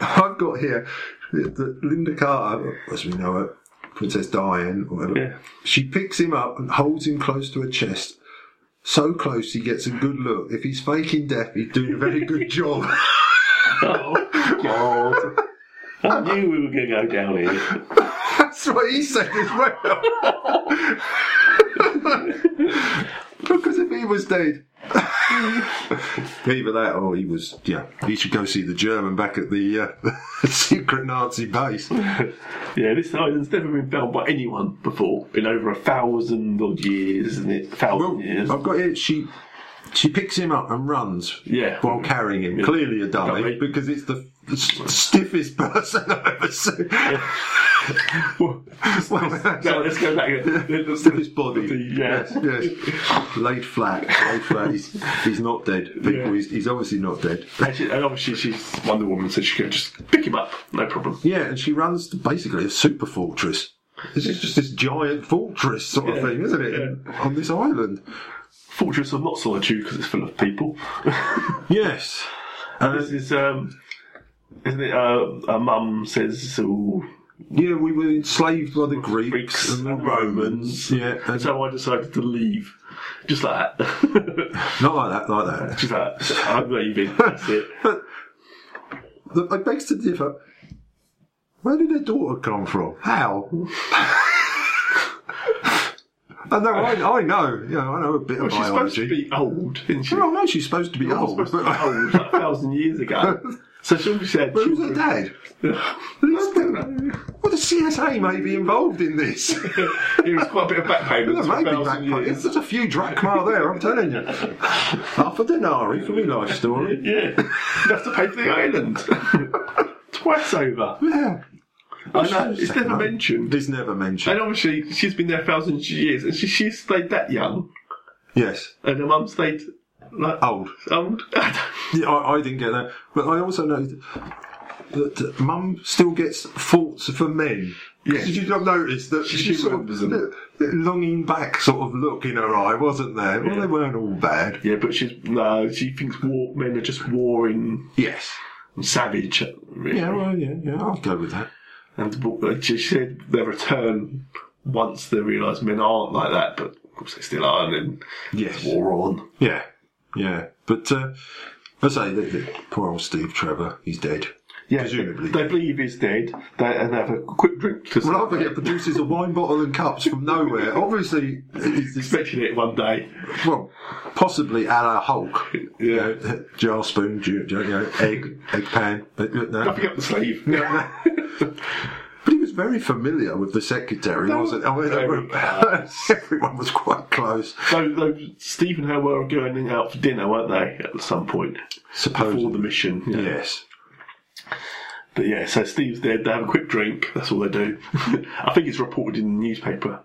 [SPEAKER 5] I've got here that Linda Carter, as we know her, Princess Diane, or whatever,
[SPEAKER 4] Yeah.
[SPEAKER 5] she picks him up and holds him close to her chest. So close he gets a good look. If he's faking death, he's doing a very
[SPEAKER 4] [LAUGHS]
[SPEAKER 5] good job.
[SPEAKER 4] Oh,
[SPEAKER 5] [LAUGHS]
[SPEAKER 4] God.
[SPEAKER 5] Uh,
[SPEAKER 4] I knew we were going to go down here.
[SPEAKER 5] That's what he said as well. [LAUGHS] because if he was dead. [LAUGHS] Either that or he was, yeah, he should go see the German back at the uh, [LAUGHS] secret Nazi base.
[SPEAKER 4] Yeah, this island's never been found by anyone before in over a thousand odd years, isn't it? Thousand
[SPEAKER 5] Well,
[SPEAKER 4] years.
[SPEAKER 5] I've got it. She she picks him up and runs
[SPEAKER 4] Yeah.
[SPEAKER 5] while carrying him.
[SPEAKER 4] Yeah.
[SPEAKER 5] Clearly a dummy,
[SPEAKER 4] Dummy.
[SPEAKER 5] because it's the, the st- stiffest [LAUGHS] person I've ever seen.
[SPEAKER 4] Well,
[SPEAKER 5] Well,
[SPEAKER 4] no, let's go back.
[SPEAKER 5] [LAUGHS]
[SPEAKER 4] The- the-
[SPEAKER 5] stiffest body.
[SPEAKER 4] the- yeah.
[SPEAKER 5] Yes, yes. Laid flat. Laid flat. He's, he's not dead. People,
[SPEAKER 4] Yeah.
[SPEAKER 5] he's, he's obviously not dead.
[SPEAKER 4] Actually, and obviously she's Wonder Woman, so she can just pick him up, no problem.
[SPEAKER 5] Yeah, and she runs to basically a super fortress. This is just this giant fortress sort of
[SPEAKER 4] Yeah.
[SPEAKER 5] thing, isn't it? On this island.
[SPEAKER 4] Fortress of Not Solitude, because it's full of people. [LAUGHS]
[SPEAKER 5] Yes.
[SPEAKER 4] this is, um, isn't it? Uh, a mum says, "Oh,
[SPEAKER 5] Yeah, we were enslaved by the Greeks,
[SPEAKER 4] Greeks
[SPEAKER 5] and the
[SPEAKER 4] and Romans.
[SPEAKER 5] Romans. Yeah, and
[SPEAKER 4] so I decided to leave, just like that, [LAUGHS]
[SPEAKER 5] not like that, like that.
[SPEAKER 4] just like that. I'm leaving. That's it.
[SPEAKER 5] But the, I beg to differ. Where did their daughter come from? How? I know, I, I know, you know, I know a bit
[SPEAKER 4] Well,
[SPEAKER 5] of
[SPEAKER 4] she's supposed to
[SPEAKER 5] biology.
[SPEAKER 4] be old, isn't she?
[SPEAKER 5] Well, I know she's supposed to be
[SPEAKER 4] She Oh, was [LAUGHS]
[SPEAKER 5] old,
[SPEAKER 4] supposed to be
[SPEAKER 5] but-
[SPEAKER 4] old
[SPEAKER 5] [LAUGHS]
[SPEAKER 4] like a thousand years [LAUGHS] ago. So she'll be said.
[SPEAKER 5] But who's her dad? What the CSA may be involved
[SPEAKER 4] [LAUGHS]
[SPEAKER 5] in this?
[SPEAKER 4] It was quite a bit of back pain.
[SPEAKER 5] There
[SPEAKER 4] It's
[SPEAKER 5] may
[SPEAKER 4] a
[SPEAKER 5] be
[SPEAKER 4] thousand
[SPEAKER 5] backpack.
[SPEAKER 4] years.
[SPEAKER 5] There's a few drachma there, I'm
[SPEAKER 4] [LAUGHS]
[SPEAKER 5] telling you. Half a denari for me life story.
[SPEAKER 4] Yeah, [LAUGHS] you have to pay for the island [LAUGHS] twice over.
[SPEAKER 5] Yeah.
[SPEAKER 4] I know it's never mentioned.
[SPEAKER 5] It's never mentioned.
[SPEAKER 4] And obviously, she's been there thousands of years, and she, she stayed that young,
[SPEAKER 5] Yes.
[SPEAKER 4] and her mum stayed like
[SPEAKER 5] Old.
[SPEAKER 4] old. [LAUGHS]
[SPEAKER 5] Yeah, I, I didn't get that. But I also noticed that uh, Mum still gets thoughts for men.
[SPEAKER 4] Yeah.
[SPEAKER 5] Did you not notice that
[SPEAKER 4] She-
[SPEAKER 5] she,
[SPEAKER 4] she
[SPEAKER 5] sort
[SPEAKER 4] remembers
[SPEAKER 5] of,
[SPEAKER 4] them.
[SPEAKER 5] that longing back sort of look in her eye, wasn't there? Well,
[SPEAKER 4] Yeah.
[SPEAKER 5] they weren't all bad.
[SPEAKER 4] yeah, but she's no. She thinks war men are just warring
[SPEAKER 5] Yes.
[SPEAKER 4] and savage. Really.
[SPEAKER 5] Yeah, well, yeah, yeah, I'll go with that.
[SPEAKER 4] And she said they return once they realise men aren't like that, but of course they still are, and then
[SPEAKER 5] Yes.
[SPEAKER 4] war on.
[SPEAKER 5] Yeah, yeah. But uh, I say, the, the, poor old Steve Trevor, he's dead.
[SPEAKER 4] Yeah,
[SPEAKER 5] Presumably.
[SPEAKER 4] They believe he's dead they, and have a quick drink to
[SPEAKER 5] Well,
[SPEAKER 4] [LAUGHS]
[SPEAKER 5] I think it produces a wine bottle and cups from nowhere. Obviously, it's, it's,
[SPEAKER 4] expecting it one day.
[SPEAKER 5] well, possibly a la Hulk. You
[SPEAKER 4] [LAUGHS] Yeah.
[SPEAKER 5] know, [LAUGHS] jar spoon, ju- ju- you know, egg, egg pan. But, no.
[SPEAKER 4] Nothing up the sleeve.
[SPEAKER 5] No, no. [LAUGHS] But he was very familiar with the secretary, wasn't he? I mean,
[SPEAKER 4] Very
[SPEAKER 5] everyone-
[SPEAKER 4] close.
[SPEAKER 5] [LAUGHS] everyone was quite close.
[SPEAKER 4] So, though Steve and her were going out for dinner, weren't they, at some point before the
[SPEAKER 5] Supposedly.
[SPEAKER 4] mission? yeah.
[SPEAKER 5] Yes.
[SPEAKER 4] But yeah, so Steve's dead. They have a quick drink. That's all they do. [LAUGHS] I think it's reported in the newspaper,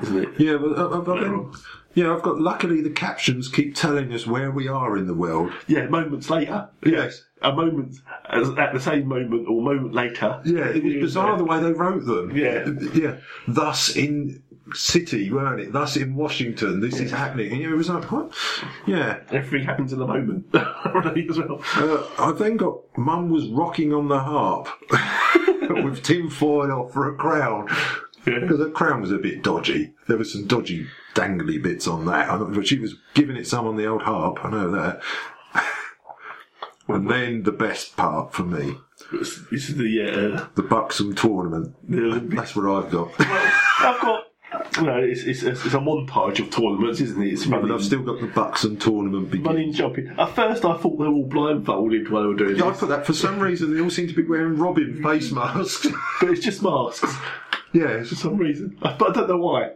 [SPEAKER 4] isn't it?
[SPEAKER 5] Yeah, uh, well, I, I, I think, yeah, I've got. Luckily, the captions keep telling us where we are in the world.
[SPEAKER 4] Yeah, moments later.
[SPEAKER 5] Yes.
[SPEAKER 4] a moment as- at the same moment or moment later.
[SPEAKER 5] Yeah, it was
[SPEAKER 4] Yeah.
[SPEAKER 5] bizarre the way they wrote them.
[SPEAKER 4] Yeah.
[SPEAKER 5] yeah. Thus in city, weren't it? Thus in Washington, this is happening. And it was like what? Yeah.
[SPEAKER 4] Everything happens in the moment, [LAUGHS] really, as well.
[SPEAKER 5] Uh, I then got Mum was rocking on the harp [LAUGHS] with tin foil off for a crown.
[SPEAKER 4] Yeah.
[SPEAKER 5] Because the crown was a bit dodgy. There was some dodgy, dangly bits on that. I don't- But she was giving it some on the old harp. I know that. [LAUGHS] and then the best part for me,
[SPEAKER 4] This is the uh,
[SPEAKER 5] the buxom tournament.
[SPEAKER 4] the Olympics.
[SPEAKER 5] That's what I've got.
[SPEAKER 4] I've got. No, it's, it's, it's a montage of tournaments, isn't it? It's
[SPEAKER 5] But
[SPEAKER 4] running,
[SPEAKER 5] I've still got the Buxton tournament
[SPEAKER 4] running,
[SPEAKER 5] beginning.
[SPEAKER 4] jumping. At first, I thought they were all blindfolded while they were doing
[SPEAKER 5] Yeah, I
[SPEAKER 4] this,
[SPEAKER 5] put that for some reason they all seem to be wearing Robin face masks. [LAUGHS]
[SPEAKER 4] but it's just masks
[SPEAKER 5] yeah,
[SPEAKER 4] for some reason. I- But I don't know why.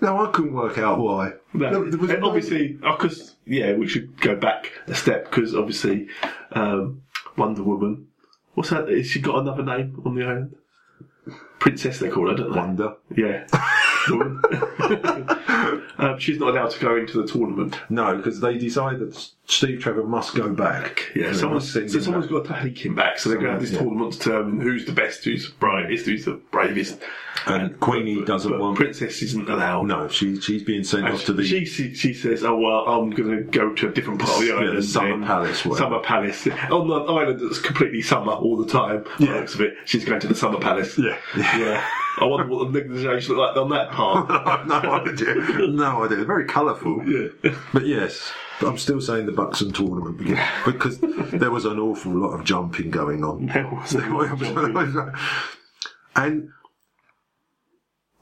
[SPEAKER 5] no, I couldn't work out why.
[SPEAKER 4] No,
[SPEAKER 5] No, there was
[SPEAKER 4] and
[SPEAKER 5] no-
[SPEAKER 4] obviously, because yeah, we should go back a step because obviously um, Wonder Woman. What's that? Has she got another name on the island? Princess, they call her, don't they?
[SPEAKER 5] Wonder.
[SPEAKER 4] Yeah.
[SPEAKER 5] [LAUGHS]
[SPEAKER 4] Woman. um, she's not allowed to go into the tournament.
[SPEAKER 5] No, because they decide that S- Steve Trevor must go back.
[SPEAKER 4] Yeah, someone's, so someone's got to take him back. So they're going to have this
[SPEAKER 5] Someone, yeah.
[SPEAKER 4] tournament to determine who's the best, who's the brightest, who's the bravest.
[SPEAKER 5] And Queenie doesn't
[SPEAKER 4] but
[SPEAKER 5] want.
[SPEAKER 4] Princess isn't allowed.
[SPEAKER 5] no, she she's being sent
[SPEAKER 4] And
[SPEAKER 5] off to the.
[SPEAKER 4] she, she she says, "Oh well, I'm going to go to a different part of the
[SPEAKER 5] Yeah,
[SPEAKER 4] island,
[SPEAKER 5] the summer
[SPEAKER 4] then."
[SPEAKER 5] palace, whatever.
[SPEAKER 4] summer palace on an island that's completely summer all the time." by the
[SPEAKER 5] Yeah.
[SPEAKER 4] looks of it, she's going to the summer palace.
[SPEAKER 5] Yeah.
[SPEAKER 4] yeah. I wonder what the negotiations look like on that part.
[SPEAKER 5] [LAUGHS] I've [LAUGHS] no idea. No idea. Very colourful.
[SPEAKER 4] Yeah.
[SPEAKER 5] But yes, but I'm still saying the Buxton tournament because, [LAUGHS] because there was an awful lot of jumping going on.
[SPEAKER 4] There was
[SPEAKER 5] [LAUGHS]
[SPEAKER 4] a lot of jumping.
[SPEAKER 5] and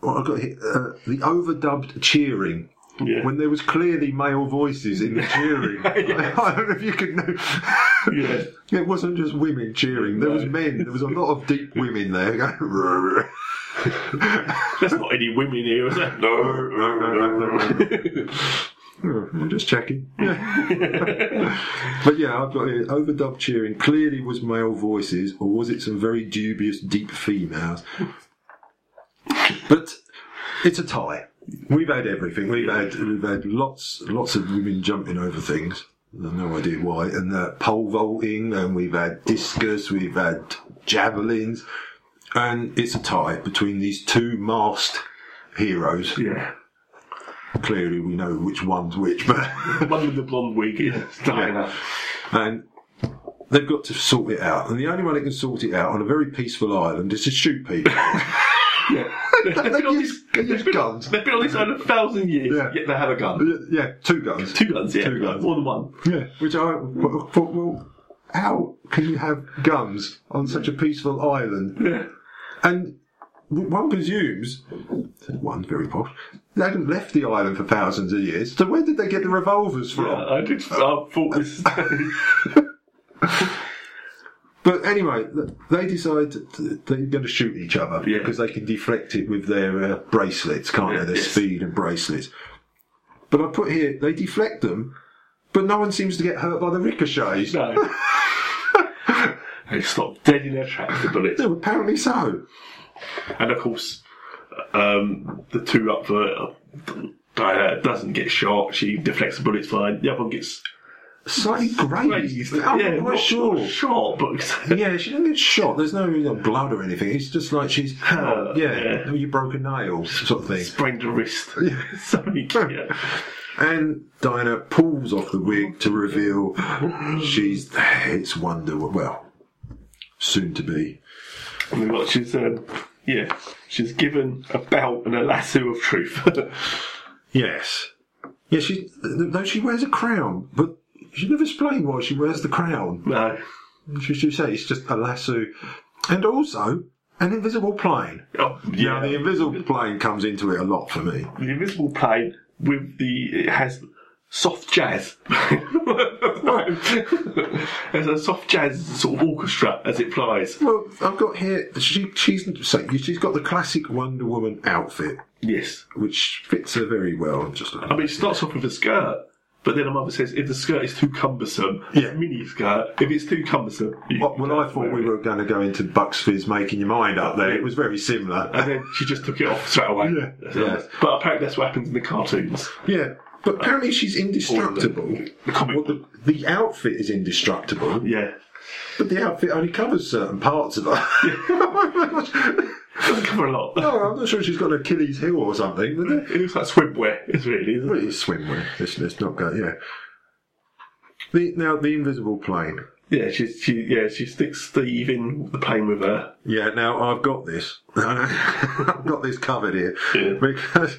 [SPEAKER 5] well, I got here, uh, the overdubbed cheering.
[SPEAKER 4] Yeah.
[SPEAKER 5] When there was clearly male voices in the
[SPEAKER 4] [LAUGHS]
[SPEAKER 5] cheering,
[SPEAKER 4] Yes.
[SPEAKER 5] [LAUGHS] I don't know if you could know.
[SPEAKER 4] Yeah.
[SPEAKER 5] It wasn't just women cheering. There was
[SPEAKER 4] No.
[SPEAKER 5] men. There was a lot of deep women there. [LAUGHS]
[SPEAKER 4] [LAUGHS]
[SPEAKER 5] Going, "Rrr, rrr."
[SPEAKER 4] There's not any women here, is there? No.
[SPEAKER 5] Oh, I'm just checking. but yeah, I've got here, overdub cheering clearly was male voices, or was it some very dubious deep females? but it's a tie. We've had everything. We've had we've had lots lots of women jumping over things. I've no idea why. And uh, pole vaulting, and we've had discus, we've had javelins, and it's a tie between these two masked heroes.
[SPEAKER 4] [LAUGHS] yeah.
[SPEAKER 5] Clearly, we know which one's which, but. [LAUGHS]
[SPEAKER 4] One with the blonde wig is Diana.
[SPEAKER 5] and they've got to sort it out. And the only way they can sort it out on a very peaceful island is to
[SPEAKER 4] [LAUGHS]
[SPEAKER 5] shoot people.
[SPEAKER 4] They've
[SPEAKER 5] they
[SPEAKER 4] been on
[SPEAKER 5] use,
[SPEAKER 4] this-
[SPEAKER 5] they use guns.
[SPEAKER 4] [LAUGHS] they've been on this island a thousand years,
[SPEAKER 5] Yeah.
[SPEAKER 4] yet they have a gun.
[SPEAKER 5] Yeah, two guns.
[SPEAKER 4] Two guns, yeah.
[SPEAKER 5] Two guns.
[SPEAKER 4] More than one.
[SPEAKER 5] Yeah, which I w- thought, well, how can you have guns on such a peaceful island?
[SPEAKER 4] Yeah.
[SPEAKER 5] And w- one presumes, one very posh, they hadn't left the island for thousands of years. So where did they get the revolvers from?
[SPEAKER 4] Yeah, I did. I thought this. [LAUGHS]
[SPEAKER 5] But anyway, th- they decide th- they're going to shoot each other
[SPEAKER 4] Yeah.
[SPEAKER 5] because they can deflect it with their uh, bracelets, can't
[SPEAKER 4] Yeah,
[SPEAKER 5] they? Their
[SPEAKER 4] yes.
[SPEAKER 5] speed and bracelets. But I put here they deflect them, but no one seems to get hurt by the ricochets.
[SPEAKER 4] no. they stopped dead in their tracks, the bullets.
[SPEAKER 5] No, apparently so.
[SPEAKER 4] And of course, um, the two up for uh, Diana doesn't get shot. She deflects the bullets fine. The other one gets
[SPEAKER 5] Slightly grazed.
[SPEAKER 4] grazed.
[SPEAKER 5] I'm
[SPEAKER 4] yeah,
[SPEAKER 5] not
[SPEAKER 4] not-
[SPEAKER 5] quite sure.
[SPEAKER 4] not shot, but [LAUGHS]
[SPEAKER 5] Yeah, she didn't get shot. There's no you know, blood or anything. It's just like she's oh, yeah,
[SPEAKER 4] yeah.
[SPEAKER 5] you broke a nail sort of thing.
[SPEAKER 4] sprained her wrist. [LAUGHS] Something. Yeah.
[SPEAKER 5] And Dinah pulls off the wig to reveal she's it's Wonder Wo- well, soon to be.
[SPEAKER 4] And we've got she's um, yeah, she's given a belt and a lasso of truth. [LAUGHS]
[SPEAKER 5] Yes, yeah. She though she wears a crown, but she never explained why she wears the crown.
[SPEAKER 4] no.
[SPEAKER 5] She should say it's just a lasso, and also an invisible plane.
[SPEAKER 4] Oh,
[SPEAKER 5] Now the invisible plane comes into it a lot for me.
[SPEAKER 4] the invisible plane with the it has soft jazz. [LAUGHS] There's a soft jazz sort of orchestra as it flies.
[SPEAKER 5] Well, I've got here. She she's so she's got the classic Wonder Woman outfit,
[SPEAKER 4] Yes,
[SPEAKER 5] which fits her very well. I'm just
[SPEAKER 4] I mean it starts off with a skirt. But then her mother says, if the skirt is too cumbersome,
[SPEAKER 5] Yeah.
[SPEAKER 4] mini skirt. If it's too cumbersome, you
[SPEAKER 5] Well, well, I thought we were going to go into Bucks Fizz making your mind up there. It was very
[SPEAKER 4] And
[SPEAKER 5] similar.
[SPEAKER 4] then she just took it off straight away.
[SPEAKER 5] Yeah.
[SPEAKER 4] That's nice. But apparently that's what happens in the cartoons.
[SPEAKER 5] [LAUGHS] yeah, but apparently she's indestructible.
[SPEAKER 4] The comic
[SPEAKER 5] Well, the, the outfit is indestructible,
[SPEAKER 4] Yeah. [LAUGHS]
[SPEAKER 5] but the outfit only covers certain parts of her.
[SPEAKER 4] Doesn't cover a lot.
[SPEAKER 5] [LAUGHS] no, I'm not sure she's got an Achilles heel or something. But
[SPEAKER 4] It looks like swimwear, it's really, isn't
[SPEAKER 5] But
[SPEAKER 4] it?
[SPEAKER 5] it's swimwear. It's, it's not going. Yeah. The, now the invisible plane.
[SPEAKER 4] Yeah, she, she, yeah, she sticks Steve in the plane with her.
[SPEAKER 5] Yeah, now I've got this. [LAUGHS] I've got this covered here
[SPEAKER 4] Yeah.
[SPEAKER 5] because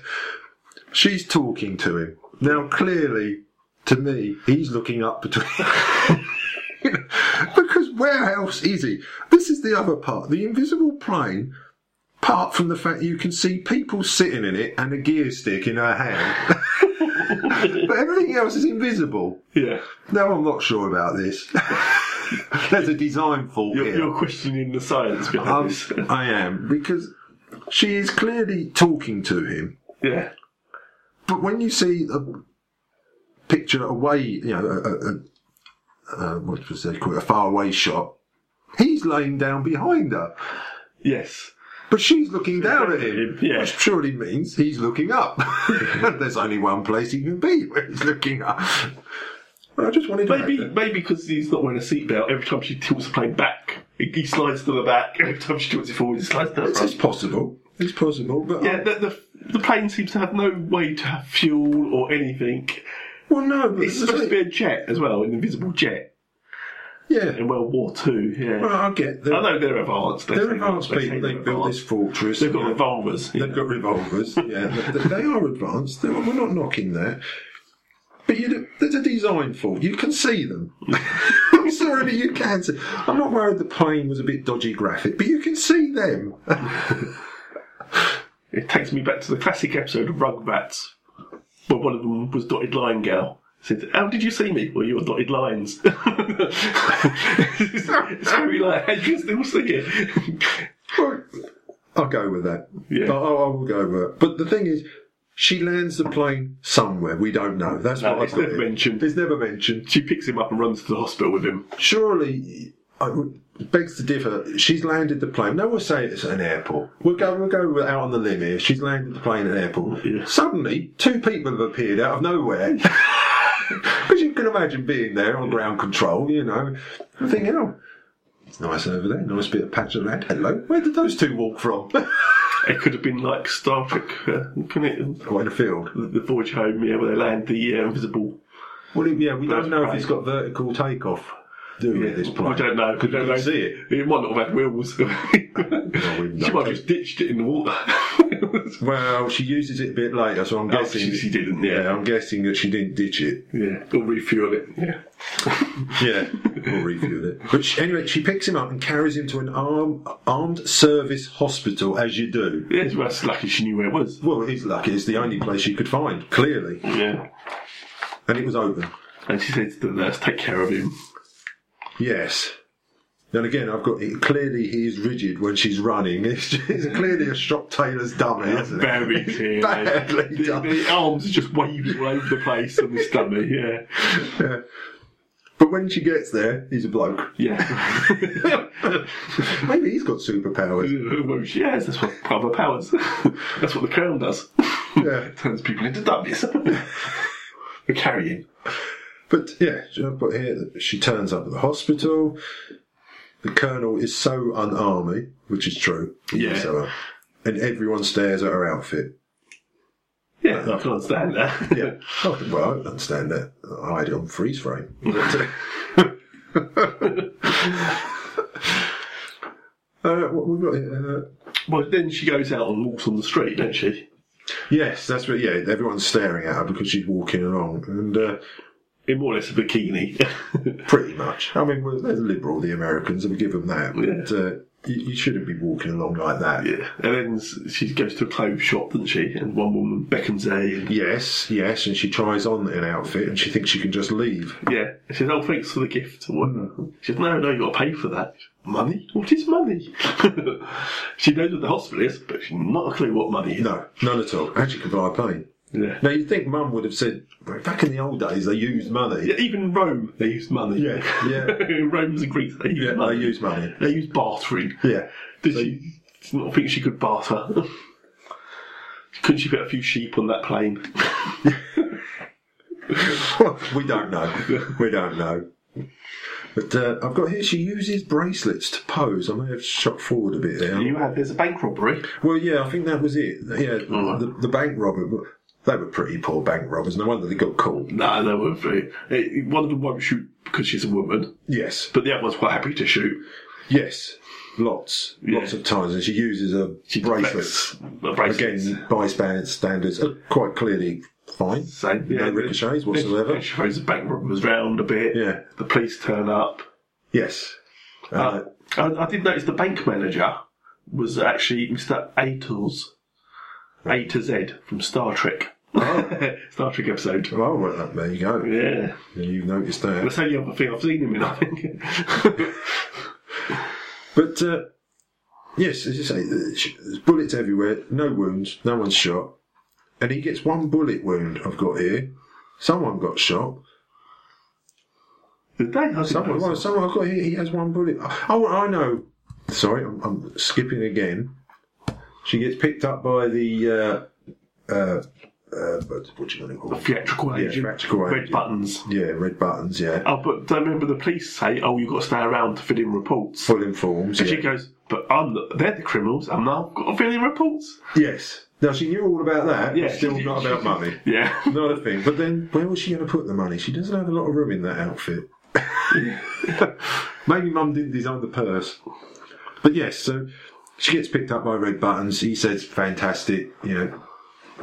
[SPEAKER 5] she's talking to him. Now, clearly, to me, he's looking up between. [LAUGHS] because where else is he? This is the other part. The invisible plane, apart from the fact you can see people sitting in it and a gear stick in her hand, [LAUGHS] but everything else is invisible.
[SPEAKER 4] Yeah.
[SPEAKER 5] Now, I'm not sure about this. [LAUGHS] There's a design fault
[SPEAKER 4] You're,
[SPEAKER 5] here.
[SPEAKER 4] you're questioning the science behind
[SPEAKER 5] [LAUGHS] Um,
[SPEAKER 4] this. [LAUGHS]
[SPEAKER 5] I am because she is clearly talking to him,
[SPEAKER 4] yeah.
[SPEAKER 5] but when you see a picture away, you know, a, a, a, uh, what was they call it, a faraway shot. He's laying down behind her,
[SPEAKER 4] Yes.
[SPEAKER 5] but she's looking down at him,
[SPEAKER 4] [LAUGHS] Yeah.
[SPEAKER 5] which surely means he's looking up. [LAUGHS] There's only one place he can be where he's looking up. I just wanted to
[SPEAKER 4] Maybe maybe because he's not wearing a seatbelt, every time she tilts the plane back, he he slides to the back. [LAUGHS] Every time she tilts it forward, he slides to the
[SPEAKER 5] It's, it's
[SPEAKER 4] front.
[SPEAKER 5] possible. It's possible, but uh,
[SPEAKER 4] Yeah, the, the, the plane seems to have no way to have fuel or anything.
[SPEAKER 5] well, no. But
[SPEAKER 4] It's supposed to be a jet as well, an invisible jet
[SPEAKER 5] yeah.
[SPEAKER 4] in World War Two. Yeah.
[SPEAKER 5] Well, I get
[SPEAKER 4] I
[SPEAKER 5] that.
[SPEAKER 4] know they're advanced.
[SPEAKER 5] They're
[SPEAKER 4] say
[SPEAKER 5] advanced
[SPEAKER 4] they say
[SPEAKER 5] people.
[SPEAKER 4] they're
[SPEAKER 5] They built this
[SPEAKER 4] advanced.
[SPEAKER 5] fortress.
[SPEAKER 4] They've got
[SPEAKER 5] Yeah.
[SPEAKER 4] revolvers.
[SPEAKER 5] They've got
[SPEAKER 4] [LAUGHS]
[SPEAKER 5] revolvers. Yeah, they, they are advanced. They're- we're not knocking that. But you, do- there's a design fault. You can see
[SPEAKER 4] [LAUGHS]
[SPEAKER 5] them. I'm sorry, but you can see. I'm not worried the plane was a bit dodgy graphic, but you can see them. [LAUGHS]
[SPEAKER 4] It takes me back to the classic episode of Rugrats, where one of them was Dotted Line Gal. Said, "How did you see me? Well, you were dotted lines." [LAUGHS] it's very like, how do you still see it? [LAUGHS]
[SPEAKER 5] Well, I'll go with that.
[SPEAKER 4] Yeah.
[SPEAKER 5] I, I, I will go with it. But the thing is, she lands the plane somewhere. We don't know. That's
[SPEAKER 4] No,
[SPEAKER 5] what
[SPEAKER 4] it's
[SPEAKER 5] I thought.
[SPEAKER 4] never mentioned.
[SPEAKER 5] It's never mentioned.
[SPEAKER 4] she picks him up and runs to the hospital with him.
[SPEAKER 5] Surely, I would- begs to differ. She's landed the plane. No, we'll say it's at an airport. We'll go. We'll go out on the limb here. She's landed the plane at an airport.
[SPEAKER 4] Yeah.
[SPEAKER 5] Suddenly, two people have appeared out of nowhere. [LAUGHS] Because you can imagine being there on ground control, you know, and thinking, oh, it's nice over there, nice bit of patch of land. Hello, where did those two walk from? [LAUGHS]
[SPEAKER 4] It could have been like Star Trek, uh, couldn't it?
[SPEAKER 5] Quite a field.
[SPEAKER 4] The, the voyage home, yeah, where they land the uh, invisible.
[SPEAKER 5] Well, yeah, we
[SPEAKER 4] Bird
[SPEAKER 5] don't know if
[SPEAKER 4] plane.
[SPEAKER 5] he's got vertical takeoff. Do we
[SPEAKER 4] Yeah,
[SPEAKER 5] at this
[SPEAKER 4] I
[SPEAKER 5] point?
[SPEAKER 4] don't know. Could
[SPEAKER 5] You can see it.
[SPEAKER 4] It might not have had wheels. [LAUGHS] she might have
[SPEAKER 5] know.
[SPEAKER 4] just ditched it in the water. [LAUGHS]
[SPEAKER 5] Well, she uses it a bit later, so I'm
[SPEAKER 4] Oh,
[SPEAKER 5] guessing
[SPEAKER 4] she- she didn't, yeah.
[SPEAKER 5] I'm guessing that she didn't ditch it.
[SPEAKER 4] yeah, or refuel it. Yeah.
[SPEAKER 5] Yeah, or reviewed it. But she, anyway, she picks him up and carries him to an arm, armed service hospital, as you do.
[SPEAKER 4] Yeah, well, that's lucky she knew where it was.
[SPEAKER 5] Well, he's lucky. It's the only place she could find, clearly,
[SPEAKER 4] Yeah.
[SPEAKER 5] and it was open.
[SPEAKER 4] And she said to the nurse, take care of him.
[SPEAKER 5] Yes. And again, I've got clearly he is rigid when she's running. [LAUGHS] It's, it's clearly a shop tailor's dummy, isn't it? [LAUGHS]
[SPEAKER 4] Very clear.
[SPEAKER 5] Badly
[SPEAKER 4] the, oh.
[SPEAKER 5] done.
[SPEAKER 4] the arms are just waving all over the place on his stomach, yeah.
[SPEAKER 5] Yeah. But when she gets there, he's a bloke.
[SPEAKER 4] Yeah. [LAUGHS]
[SPEAKER 5] Maybe he's got superpowers.
[SPEAKER 4] well, she has, that's what other powers. [LAUGHS] that's what the crown does.
[SPEAKER 5] Yeah.
[SPEAKER 4] [LAUGHS] Turns people into dummies. [LAUGHS] They carry him.
[SPEAKER 5] But yeah, I've got here that she turns up at the hospital. The colonel is so unarmy, which is true. He is
[SPEAKER 4] Yeah.
[SPEAKER 5] so un- and everyone stares at her outfit.
[SPEAKER 4] Yeah, I can understand that.
[SPEAKER 5] Yeah. Oh, well, I don't understand that. I hide it on
[SPEAKER 4] [LAUGHS]
[SPEAKER 5] freeze frame. Uh, what we've got here, uh,
[SPEAKER 4] Well, then she goes out and walks on the street, don't she?
[SPEAKER 5] yes, that's what. Yeah, everyone's staring at her because she's walking along, and uh,
[SPEAKER 4] In more or less a bikini. [LAUGHS]
[SPEAKER 5] Pretty much. I mean, well, they're liberal, the Americans, and we give them that. But
[SPEAKER 4] Yeah.
[SPEAKER 5] uh, you, you shouldn't be walking along like that.
[SPEAKER 4] yeah. And then s- she goes to a clothes shop, doesn't she? And one woman beckons her in.
[SPEAKER 5] Yes, yes, and she tries on an outfit and she thinks she can just leave.
[SPEAKER 4] Yeah. She says, Oh, thanks for the gift. Or whatever.
[SPEAKER 5] Mm-hmm.
[SPEAKER 4] She says, No, no, you've got to pay for that. Money? What is money? [LAUGHS] she knows what the hospital is, but she's not a clue what money is.
[SPEAKER 5] No, none at all. And she can buy a plane.
[SPEAKER 4] Yeah.
[SPEAKER 5] Now, you'd think Mum would have said, "Well, back in the old days, they used money.
[SPEAKER 4] Yeah, Even Rome, they used money. [LAUGHS]
[SPEAKER 5] Yeah, yeah.
[SPEAKER 4] Romans and Greeks, they used
[SPEAKER 5] Yeah,
[SPEAKER 4] money.
[SPEAKER 5] they used money.
[SPEAKER 4] They used bartering.
[SPEAKER 5] Yeah.
[SPEAKER 4] Did she did not think she could barter? [LAUGHS] Couldn't she put a few sheep on that
[SPEAKER 5] [LAUGHS]
[SPEAKER 4] plane?
[SPEAKER 5] we don't know. We don't know. But uh, I've got here, she uses bracelets to pose. I may have shot forward a bit there.
[SPEAKER 4] you have there's a bank robbery.
[SPEAKER 5] Well, yeah, I think that was it. Yeah, the, the bank robber. They were pretty poor bank robbers. No wonder they got caught.
[SPEAKER 4] No, they were very. eh, One of them won't shoot because she's a woman,
[SPEAKER 5] Yes,
[SPEAKER 4] but the other one's quite happy to shoot.
[SPEAKER 5] yes, lots, lots of times, and she uses a
[SPEAKER 4] She
[SPEAKER 5] bracelets
[SPEAKER 4] deflects- bracelets.
[SPEAKER 5] again. By span- standards, are quite clearly fine.
[SPEAKER 4] Same.
[SPEAKER 5] no
[SPEAKER 4] then-
[SPEAKER 5] ricochets whatsoever.
[SPEAKER 4] then She throws the bank robbers round a bit.
[SPEAKER 5] Yeah.
[SPEAKER 4] The police turn up.
[SPEAKER 5] Yes, uh,
[SPEAKER 4] I, I did notice the bank manager was actually Mr. Atles, A to Z from Star Trek.
[SPEAKER 5] Oh.
[SPEAKER 4] [LAUGHS] Star Trek episode.
[SPEAKER 5] well, well, there you go.
[SPEAKER 4] Yeah.
[SPEAKER 5] You've noticed that.
[SPEAKER 4] That's the only other thing I've seen him in, I think. [LAUGHS]
[SPEAKER 5] But uh, yes, as you say, uh, there's bullets everywhere. No wounds. No one's shot. And he gets one bullet wound. I've got here Someone got shot.
[SPEAKER 4] Did they? I didn't
[SPEAKER 5] Someone,
[SPEAKER 4] know.
[SPEAKER 5] well, someone got. He, he has one bullet. Oh, I know. Sorry, I'm, I'm skipping again. She gets picked up by the. Uh, uh, uh, what- what you gonna call it?
[SPEAKER 4] Theatrical
[SPEAKER 5] Yeah,
[SPEAKER 4] agent.
[SPEAKER 5] theatrical
[SPEAKER 4] Red
[SPEAKER 5] agent.
[SPEAKER 4] buttons.
[SPEAKER 5] Yeah, red buttons. Yeah,
[SPEAKER 4] Oh, but do I remember the police say, "Oh, you've got to stay around to fill in reports."
[SPEAKER 5] full informs.
[SPEAKER 4] And
[SPEAKER 5] Yeah.
[SPEAKER 4] she goes, "But I'm the, they're the criminals, and I've got to fill in reports."
[SPEAKER 5] yes. Now she knew all about that.
[SPEAKER 4] Yeah,
[SPEAKER 5] Yeah, still
[SPEAKER 4] she-
[SPEAKER 5] not about money.
[SPEAKER 4] Yeah,
[SPEAKER 5] [LAUGHS]
[SPEAKER 4] [LAUGHS]
[SPEAKER 5] Not a thing. But then, where was she going to put the money? She doesn't have a lot of room in that
[SPEAKER 4] [LAUGHS]
[SPEAKER 5] outfit. Maybe Mum didn't design the purse. But yes, so she gets picked up by Red Buttons. He says, "Fantastic," you know.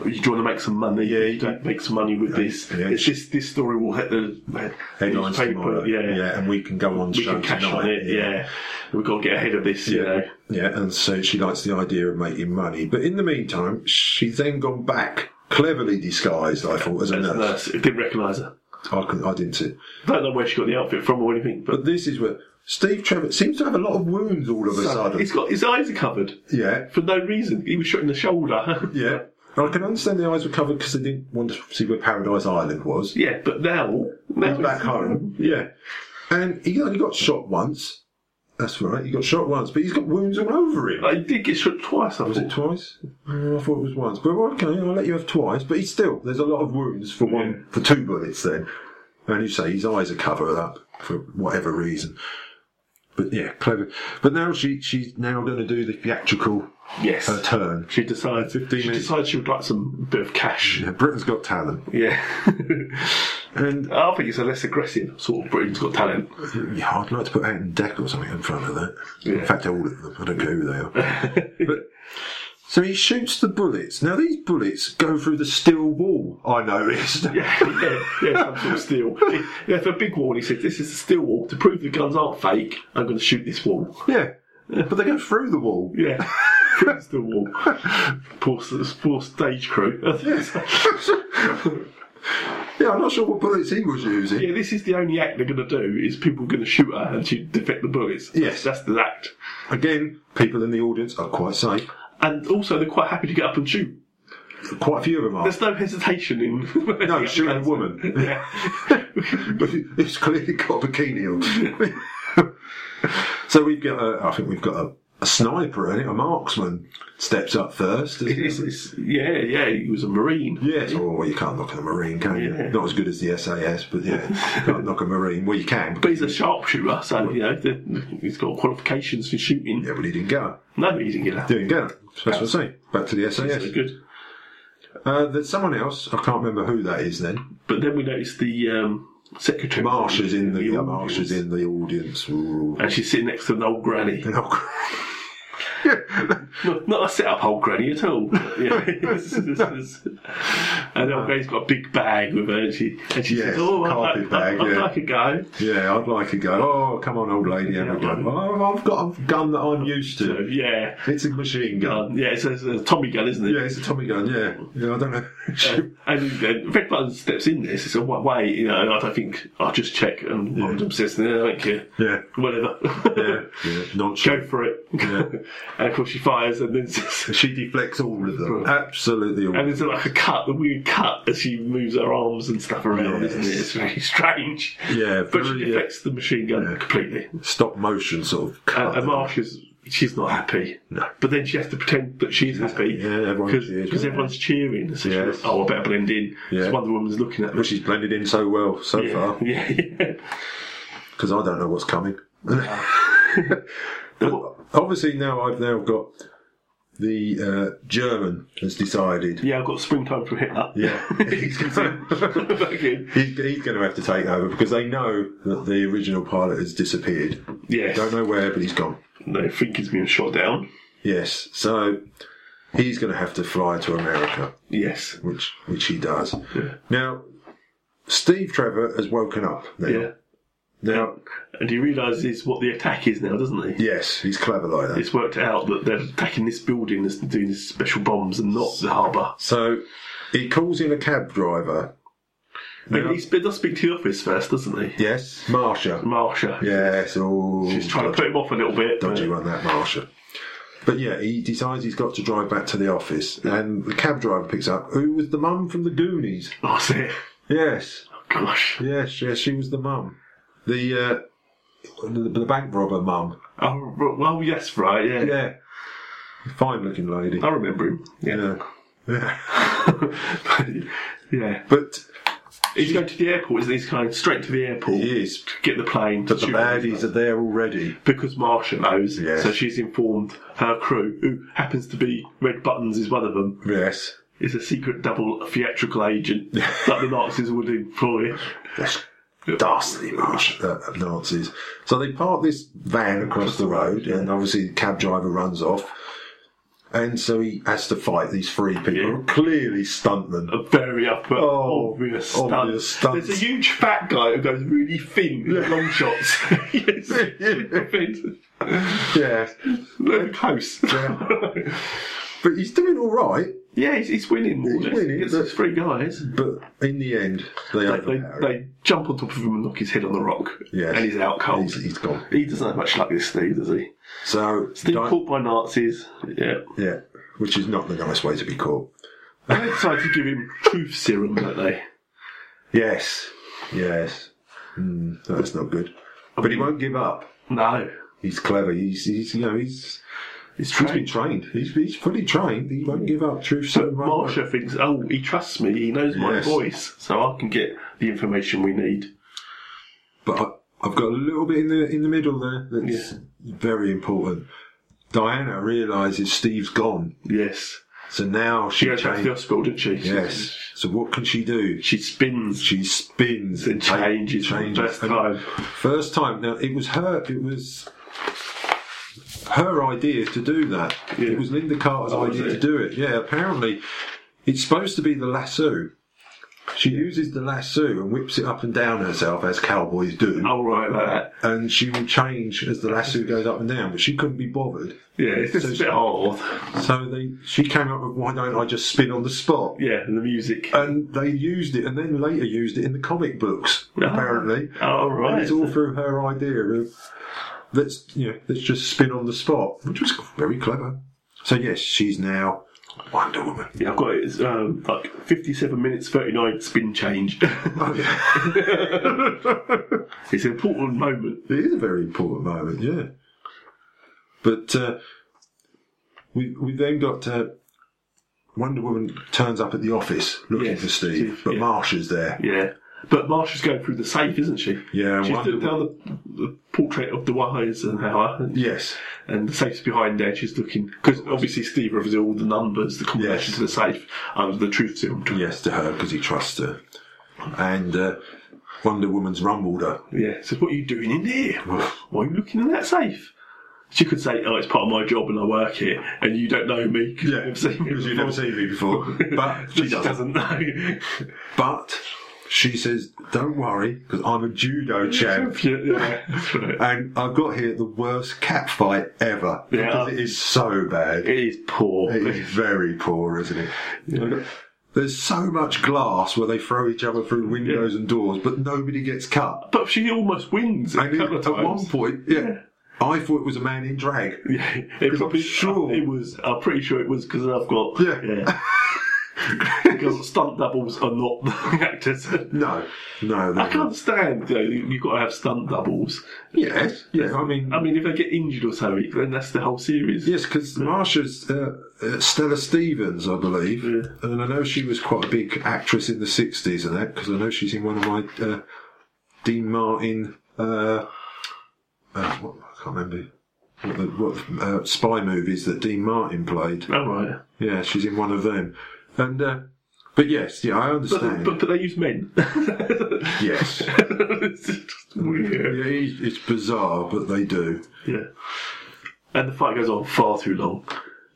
[SPEAKER 4] you do want to make some money.
[SPEAKER 5] Yeah, you
[SPEAKER 4] you don't make some money with this.
[SPEAKER 5] yeah.
[SPEAKER 4] It's just this story will hit the the
[SPEAKER 5] Headlines
[SPEAKER 4] newspaper,
[SPEAKER 5] tomorrow.
[SPEAKER 4] Yeah,
[SPEAKER 5] and we can go on.
[SPEAKER 4] we
[SPEAKER 5] show
[SPEAKER 4] can cash
[SPEAKER 5] tonight.
[SPEAKER 4] on it. Yeah. we've got to get ahead of this. You know,
[SPEAKER 5] Yeah, and so she likes the idea of making money. But in the meantime, she's then gone back, cleverly disguised, I thought, as a
[SPEAKER 4] as a
[SPEAKER 5] nurse.
[SPEAKER 4] nurse, it didn't recognise her.
[SPEAKER 5] I, couldn't, I didn't see.
[SPEAKER 4] Don't know where she got the outfit from or anything, but.
[SPEAKER 5] But this is where Steve Trevor seems to have a lot of wounds all of a sudden.
[SPEAKER 4] He's got his eyes are covered
[SPEAKER 5] yeah,
[SPEAKER 4] for no reason. He was shot in the shoulder. [LAUGHS]
[SPEAKER 5] yeah. And I can understand the eyes were covered because they didn't want to see where Paradise Island was.
[SPEAKER 4] yeah, but now, now
[SPEAKER 5] He's back home. Yeah. And he only got shot once. That's right, he got shot once, but he's got wounds all over him.
[SPEAKER 4] I did get shot twice. I
[SPEAKER 5] Was it twice? Oh, I thought it was once. But okay, I'll let you have twice. But he's still there's a lot of wounds for one for two bullets then. And you say his eyes are covered up for whatever reason. But yeah, clever. But now she she's now going to do the theatrical
[SPEAKER 4] Yes.
[SPEAKER 5] her turn.
[SPEAKER 4] She decides.
[SPEAKER 5] 15
[SPEAKER 4] she
[SPEAKER 5] minutes.
[SPEAKER 4] decides she would like some bit of cash.
[SPEAKER 5] Yeah, Britain's Got Talent,
[SPEAKER 4] [LAUGHS] Yeah.
[SPEAKER 5] and
[SPEAKER 4] I think it's a less aggressive sort of Britain's Got Talent.
[SPEAKER 5] yeah, I'd like to put out in deck or something in front of that. In
[SPEAKER 4] Yeah.
[SPEAKER 5] fact, all of them. I don't care who they are.
[SPEAKER 4] [LAUGHS]
[SPEAKER 5] but so he shoots the bullets. Now these bullets go through the steel wall. I noticed.
[SPEAKER 4] Yeah, yeah, yeah, some sort of steel. Yeah, for a big wall, he says, This is a steel wall. To prove the guns aren't fake, I'm going to shoot this wall.
[SPEAKER 5] [LAUGHS] Yeah. But they go through the wall. [LAUGHS]
[SPEAKER 4] Yeah. Proves the wall. Poor, s- poor stage crew. [LAUGHS]
[SPEAKER 5] Yeah, I'm not sure what bullets he was using.
[SPEAKER 4] yeah, this is the only act they're going to do is people going to shoot her and she defect the bullets.
[SPEAKER 5] Yes.
[SPEAKER 4] That's the act.
[SPEAKER 5] Again, people in the audience are quite safe.
[SPEAKER 4] And also, they're quite happy to get up and shoot.
[SPEAKER 5] Quite a few of them are.
[SPEAKER 4] There's no hesitation in. [LAUGHS]
[SPEAKER 5] No, shooting a woman.
[SPEAKER 4] Yeah.
[SPEAKER 5] but he's clearly got a bikini on. [LAUGHS] so we've got, a, I think we've got a, a sniper in it, a marksman steps up
[SPEAKER 4] [LAUGHS]
[SPEAKER 5] first. doesn't he?
[SPEAKER 4] It's- it's- yeah, yeah, he was a Marine.
[SPEAKER 5] Yes, oh, well, you can't knock a Marine, can you?
[SPEAKER 4] Yeah.
[SPEAKER 5] Not as good as the SAS, but
[SPEAKER 4] [LAUGHS]
[SPEAKER 5] yeah, can't knock a Marine. Well, you can.
[SPEAKER 4] But he's a sharpshooter, so, you know, the, he's got qualifications for shooting.
[SPEAKER 5] yeah, but he didn't go.
[SPEAKER 4] No, he didn't get out.
[SPEAKER 5] He didn't go. That's what I'm saying. Back to the
[SPEAKER 4] So
[SPEAKER 5] SAS.
[SPEAKER 4] good.
[SPEAKER 5] Uh, there's someone else, I can't remember who that is then.
[SPEAKER 4] But then we noticed the um, secretary.
[SPEAKER 5] Marsh is in the, yeah,
[SPEAKER 4] audience,
[SPEAKER 5] Marsh is in the audience. Ooh.
[SPEAKER 4] And she's sitting next to an old granny.
[SPEAKER 5] And I'll-
[SPEAKER 4] Not, not a set up old granny at all. but,
[SPEAKER 5] [LAUGHS]
[SPEAKER 4] Yeah. [LAUGHS] This is- this is- and the old granny's got a big bag with her, and she, and she
[SPEAKER 5] Yes,
[SPEAKER 4] says, Oh, I'd, like,
[SPEAKER 5] carpet
[SPEAKER 4] I'd,
[SPEAKER 5] bag,
[SPEAKER 4] I'd
[SPEAKER 5] yeah.
[SPEAKER 4] like a go.
[SPEAKER 5] [LAUGHS] yeah, I'd like to go. Oh, come on, old lady, have a
[SPEAKER 4] Yeah.
[SPEAKER 5] go. Oh, I've got a gun that I'm used
[SPEAKER 4] So,
[SPEAKER 5] to.
[SPEAKER 4] yeah.
[SPEAKER 5] It's a machine gun.
[SPEAKER 4] Um, yeah, it's a, it's a Tommy gun, isn't it?
[SPEAKER 5] Yeah, it's a Tommy gun. Yeah, yeah. I don't know. [LAUGHS]
[SPEAKER 4] And then Red Button steps in this. It's a wa- way, you know, and I don't think I'll just check. And one of them says, no, I don't care.
[SPEAKER 5] Yeah.
[SPEAKER 4] Whatever.
[SPEAKER 5] yeah,
[SPEAKER 4] [LAUGHS]
[SPEAKER 5] yeah.
[SPEAKER 4] Go
[SPEAKER 5] Nonchalant.
[SPEAKER 4] for it.
[SPEAKER 5] Yeah.
[SPEAKER 4] [LAUGHS] and of course, she fires and then says,
[SPEAKER 5] [LAUGHS] She deflects all of them.
[SPEAKER 4] Right.
[SPEAKER 5] Absolutely all.
[SPEAKER 4] and there's like a cut, the weird cut as she moves her arms and stuff around,
[SPEAKER 5] Yes.
[SPEAKER 4] isn't it? It's very [LAUGHS] strange.
[SPEAKER 5] Yeah,
[SPEAKER 4] But she
[SPEAKER 5] very, uh,
[SPEAKER 4] deflects the machine gun completely.
[SPEAKER 5] Stop motion sort of.
[SPEAKER 4] And,
[SPEAKER 5] Cut
[SPEAKER 4] and Marsh is. She's not happy,
[SPEAKER 5] No.
[SPEAKER 4] but then she has to pretend that she's happy
[SPEAKER 5] Yeah, everyone cheers.
[SPEAKER 4] because everyone's cheering. So
[SPEAKER 5] Yes.
[SPEAKER 4] she goes, "Oh, I better blend in." 'cause
[SPEAKER 5] Yeah.
[SPEAKER 4] Wonder Woman's looking at me.
[SPEAKER 5] Which she's blended in so well so
[SPEAKER 4] Yeah, [LAUGHS]
[SPEAKER 5] far
[SPEAKER 4] yeah, yeah.
[SPEAKER 5] because I don't know what's coming.
[SPEAKER 4] Now,
[SPEAKER 5] Obviously now I've now got the uh, German has decided.
[SPEAKER 4] Yeah, I've got springtime from Hitler.
[SPEAKER 5] Yeah. [LAUGHS]
[SPEAKER 4] He's gonna- Back in.
[SPEAKER 5] He's, he's going to have to take over because they know that the original pilot has disappeared.
[SPEAKER 4] Yes.
[SPEAKER 5] Don't know where, but he's gone.
[SPEAKER 4] They think he's being shot down.
[SPEAKER 5] Yes, so he's going to have to fly to America,
[SPEAKER 4] Yes.
[SPEAKER 5] which which he does. Now, Steve Trevor has woken up. Now,
[SPEAKER 4] Yeah.
[SPEAKER 5] now
[SPEAKER 4] And he realises what the attack is now, doesn't he?
[SPEAKER 5] yes, he's clever like that.
[SPEAKER 4] It's worked out that they're attacking this building that's doing these special bombs and not the harbour.
[SPEAKER 5] So he calls in a cab driver.
[SPEAKER 4] And He sp- does speak to the office first, doesn't he?
[SPEAKER 5] Yes, Marsha.
[SPEAKER 4] Marsha.
[SPEAKER 5] Yes, oh,
[SPEAKER 4] She's trying to put him off a little bit.
[SPEAKER 5] dodgy
[SPEAKER 4] but-
[SPEAKER 5] one that Marsha. But yeah, he decides he's got to drive back to the office, and the cab driver picks up. Who was the mum from the Goonies?
[SPEAKER 4] That's it.
[SPEAKER 5] Yes,
[SPEAKER 4] Oh, gosh.
[SPEAKER 5] yes, yes. She was the mum, the uh, the, the bank robber mum.
[SPEAKER 4] Oh, r- well, yes, right, yeah.
[SPEAKER 5] Yeah, fine looking lady.
[SPEAKER 4] I remember him. Oh, Yeah. [LAUGHS]
[SPEAKER 5] Yeah. yeah.
[SPEAKER 4] yeah.
[SPEAKER 5] But
[SPEAKER 4] He's going to the airport, isn't he? He's going straight to the airport.
[SPEAKER 5] he is.
[SPEAKER 4] Get the plane.
[SPEAKER 5] But the
[SPEAKER 4] shoot
[SPEAKER 5] baddies
[SPEAKER 4] everything.
[SPEAKER 5] are there already.
[SPEAKER 4] Because Marsha knows,
[SPEAKER 5] Yes.
[SPEAKER 4] so she's informed her crew, who happens to be Red Buttons, is one of them,
[SPEAKER 5] Yes.
[SPEAKER 4] is a secret double theatrical
[SPEAKER 5] [LAUGHS]
[SPEAKER 4] agent that the Nazis would employ.
[SPEAKER 5] That's dastardly march uh, of Nazis. So they park this van across the road, and obviously the cab driver runs off. And so he has to fight these three people,
[SPEAKER 4] Yeah.
[SPEAKER 5] clearly stuntmen.
[SPEAKER 4] A very up,
[SPEAKER 5] Oh,
[SPEAKER 4] obvious, stunt.
[SPEAKER 5] obvious stunt.
[SPEAKER 4] There's a huge fat guy who goes really thin with long
[SPEAKER 5] [LAUGHS]
[SPEAKER 4] shots. [LAUGHS] yes, super thin.
[SPEAKER 5] Yeah,
[SPEAKER 4] Look close. Yeah, [LAUGHS]
[SPEAKER 5] Yeah. but he's doing all right.
[SPEAKER 4] he's, he's winning more.
[SPEAKER 5] He's
[SPEAKER 4] or less.
[SPEAKER 5] winning,
[SPEAKER 4] Gets
[SPEAKER 5] but-
[SPEAKER 4] those three guys.
[SPEAKER 5] But in the end, they
[SPEAKER 4] They, they,
[SPEAKER 5] overpower him.
[SPEAKER 4] they jump on top of him and knock his head on the rock.
[SPEAKER 5] Yes.
[SPEAKER 4] And he's out cold.
[SPEAKER 5] He's- he's gone.
[SPEAKER 4] He doesn't have much luck this thing, does he?
[SPEAKER 5] So,
[SPEAKER 4] Still
[SPEAKER 5] Di-
[SPEAKER 4] caught by Nazis. Yeah.
[SPEAKER 5] yeah, which is not the nice way to be caught.
[SPEAKER 4] And they decide to give him truth serum, don't they?
[SPEAKER 5] Yes, yes, mm, no, that's not good. But he won't give up.
[SPEAKER 4] No.
[SPEAKER 5] He's clever. He's, he's you know, he's
[SPEAKER 4] It's
[SPEAKER 5] He's been trained. He's, he's fully trained. He won't give up. Truth so
[SPEAKER 4] But Marsha thinks, oh, he trusts me, he knows my
[SPEAKER 5] Yes.
[SPEAKER 4] voice, so I can get the information we need.
[SPEAKER 5] But I, I've got a little bit in the in the middle there that's very important. Diana realizes Steve's gone,
[SPEAKER 4] Yes.
[SPEAKER 5] so now
[SPEAKER 4] She
[SPEAKER 5] she
[SPEAKER 4] goes back to the
[SPEAKER 5] changes.
[SPEAKER 4] hospital, doesn't she?
[SPEAKER 5] Yes. So what can she do?
[SPEAKER 4] She spins.
[SPEAKER 5] She spins
[SPEAKER 4] and
[SPEAKER 5] ta-
[SPEAKER 4] changes, changes. First
[SPEAKER 5] And
[SPEAKER 4] time.
[SPEAKER 5] First time. Now it was her. It was her idea to do that.
[SPEAKER 4] Yeah.
[SPEAKER 5] It was Linda Carter's
[SPEAKER 4] Oh, was
[SPEAKER 5] idea to
[SPEAKER 4] it?
[SPEAKER 5] do it. Yeah. Apparently, it's supposed to be the lasso. She uses the lasso and whips it up and down herself as cowboys do,
[SPEAKER 4] Oh, right, like that.
[SPEAKER 5] and she will change as the lasso goes up and down. But she couldn't be bothered,
[SPEAKER 4] Yeah, it's just a bit hard.
[SPEAKER 5] so they she came up with why don't I just spin on the spot?
[SPEAKER 4] Yeah, and the music.
[SPEAKER 5] And they used it, and then later used it in the comic books. Apparently,
[SPEAKER 4] Ah. Oh,
[SPEAKER 5] And
[SPEAKER 4] right.
[SPEAKER 5] it's all through her idea of let's you know let's just spin on the spot, which was very clever. So yes, she's now Wonder Woman. [LAUGHS]
[SPEAKER 4] yeah, I've got it. It's um, like 57 minutes, 39 spin change. [LAUGHS]
[SPEAKER 5] Oh,
[SPEAKER 4] it's an important moment.
[SPEAKER 5] It is a very important moment, yeah. But uh, we we then got uh, Wonder Woman turns up at the office looking
[SPEAKER 4] Yes,
[SPEAKER 5] for Steve,
[SPEAKER 4] Steve,
[SPEAKER 5] but
[SPEAKER 4] yeah.
[SPEAKER 5] Marsha's there.
[SPEAKER 4] Yeah. But Marsha's going through the safe, isn't she?
[SPEAKER 5] Yeah,
[SPEAKER 4] She's
[SPEAKER 5] Wonder
[SPEAKER 4] looked down the, the portrait of Dwight Eisenhower. and-
[SPEAKER 5] Yes,
[SPEAKER 4] and the safe's behind there. She's looking because obviously Steve reveals all the numbers, the combination
[SPEAKER 5] Yes.
[SPEAKER 4] to the safe, and the truth serum. to-
[SPEAKER 5] yes to her because he trusts her, and uh, Wonder Woman's rumbled her.
[SPEAKER 4] Yeah. So what are you doing in here? Why are you looking in that safe? She could say, "Oh, it's part of my job, and I work here, and you don't know me because you've never seen me."
[SPEAKER 5] because you've never
[SPEAKER 4] before."
[SPEAKER 5] seen me
[SPEAKER 4] [LAUGHS]
[SPEAKER 5] before, but she doesn't. [LAUGHS]
[SPEAKER 4] know.
[SPEAKER 5] But she says, "Don't worry, because I'm a judo champ."
[SPEAKER 4] yeah, yeah, that's right.
[SPEAKER 5] And I've got here the worst cat fight ever
[SPEAKER 4] Yeah.
[SPEAKER 5] because it is so bad.
[SPEAKER 4] It is poor.
[SPEAKER 5] It is very poor, isn't it? There's so much glass where they throw each other through windows and doors, but nobody gets cut.
[SPEAKER 4] But she almost wins a
[SPEAKER 5] And
[SPEAKER 4] couple of
[SPEAKER 5] at
[SPEAKER 4] times.
[SPEAKER 5] one point, yeah, I thought it was a man in drag.
[SPEAKER 4] yeah, it
[SPEAKER 5] I'm
[SPEAKER 4] probably
[SPEAKER 5] sure-
[SPEAKER 4] It was. I'm pretty sure it was because I've got
[SPEAKER 5] Yeah.
[SPEAKER 4] because stunt doubles are not the [LAUGHS] actors.
[SPEAKER 5] No, no,
[SPEAKER 4] I can understand. You know, you've got to have stunt doubles.
[SPEAKER 5] Yes, yeah. I mean,
[SPEAKER 4] I mean, if they get injured or something, then that's the whole series.
[SPEAKER 5] Yes, because Marsha's uh, uh, Stella Stevens, I believe,
[SPEAKER 4] Yeah.
[SPEAKER 5] and I know she was quite a big actress in the '60s and that. Because I know she's in one of my uh, Dean Martin. Uh, uh, what, I can't remember what, the, what uh, spy movies that Dean Martin played.
[SPEAKER 4] Oh, right.
[SPEAKER 5] Yeah, she's in one of them. And uh, but yes, yeah, I
[SPEAKER 4] But,
[SPEAKER 5] understand.
[SPEAKER 4] but, but they use men. [LAUGHS]
[SPEAKER 5] yes,
[SPEAKER 4] it's just weird.
[SPEAKER 5] yeah, it's, it's bizarre, but they do.
[SPEAKER 4] Yeah. And the fight goes on far too long.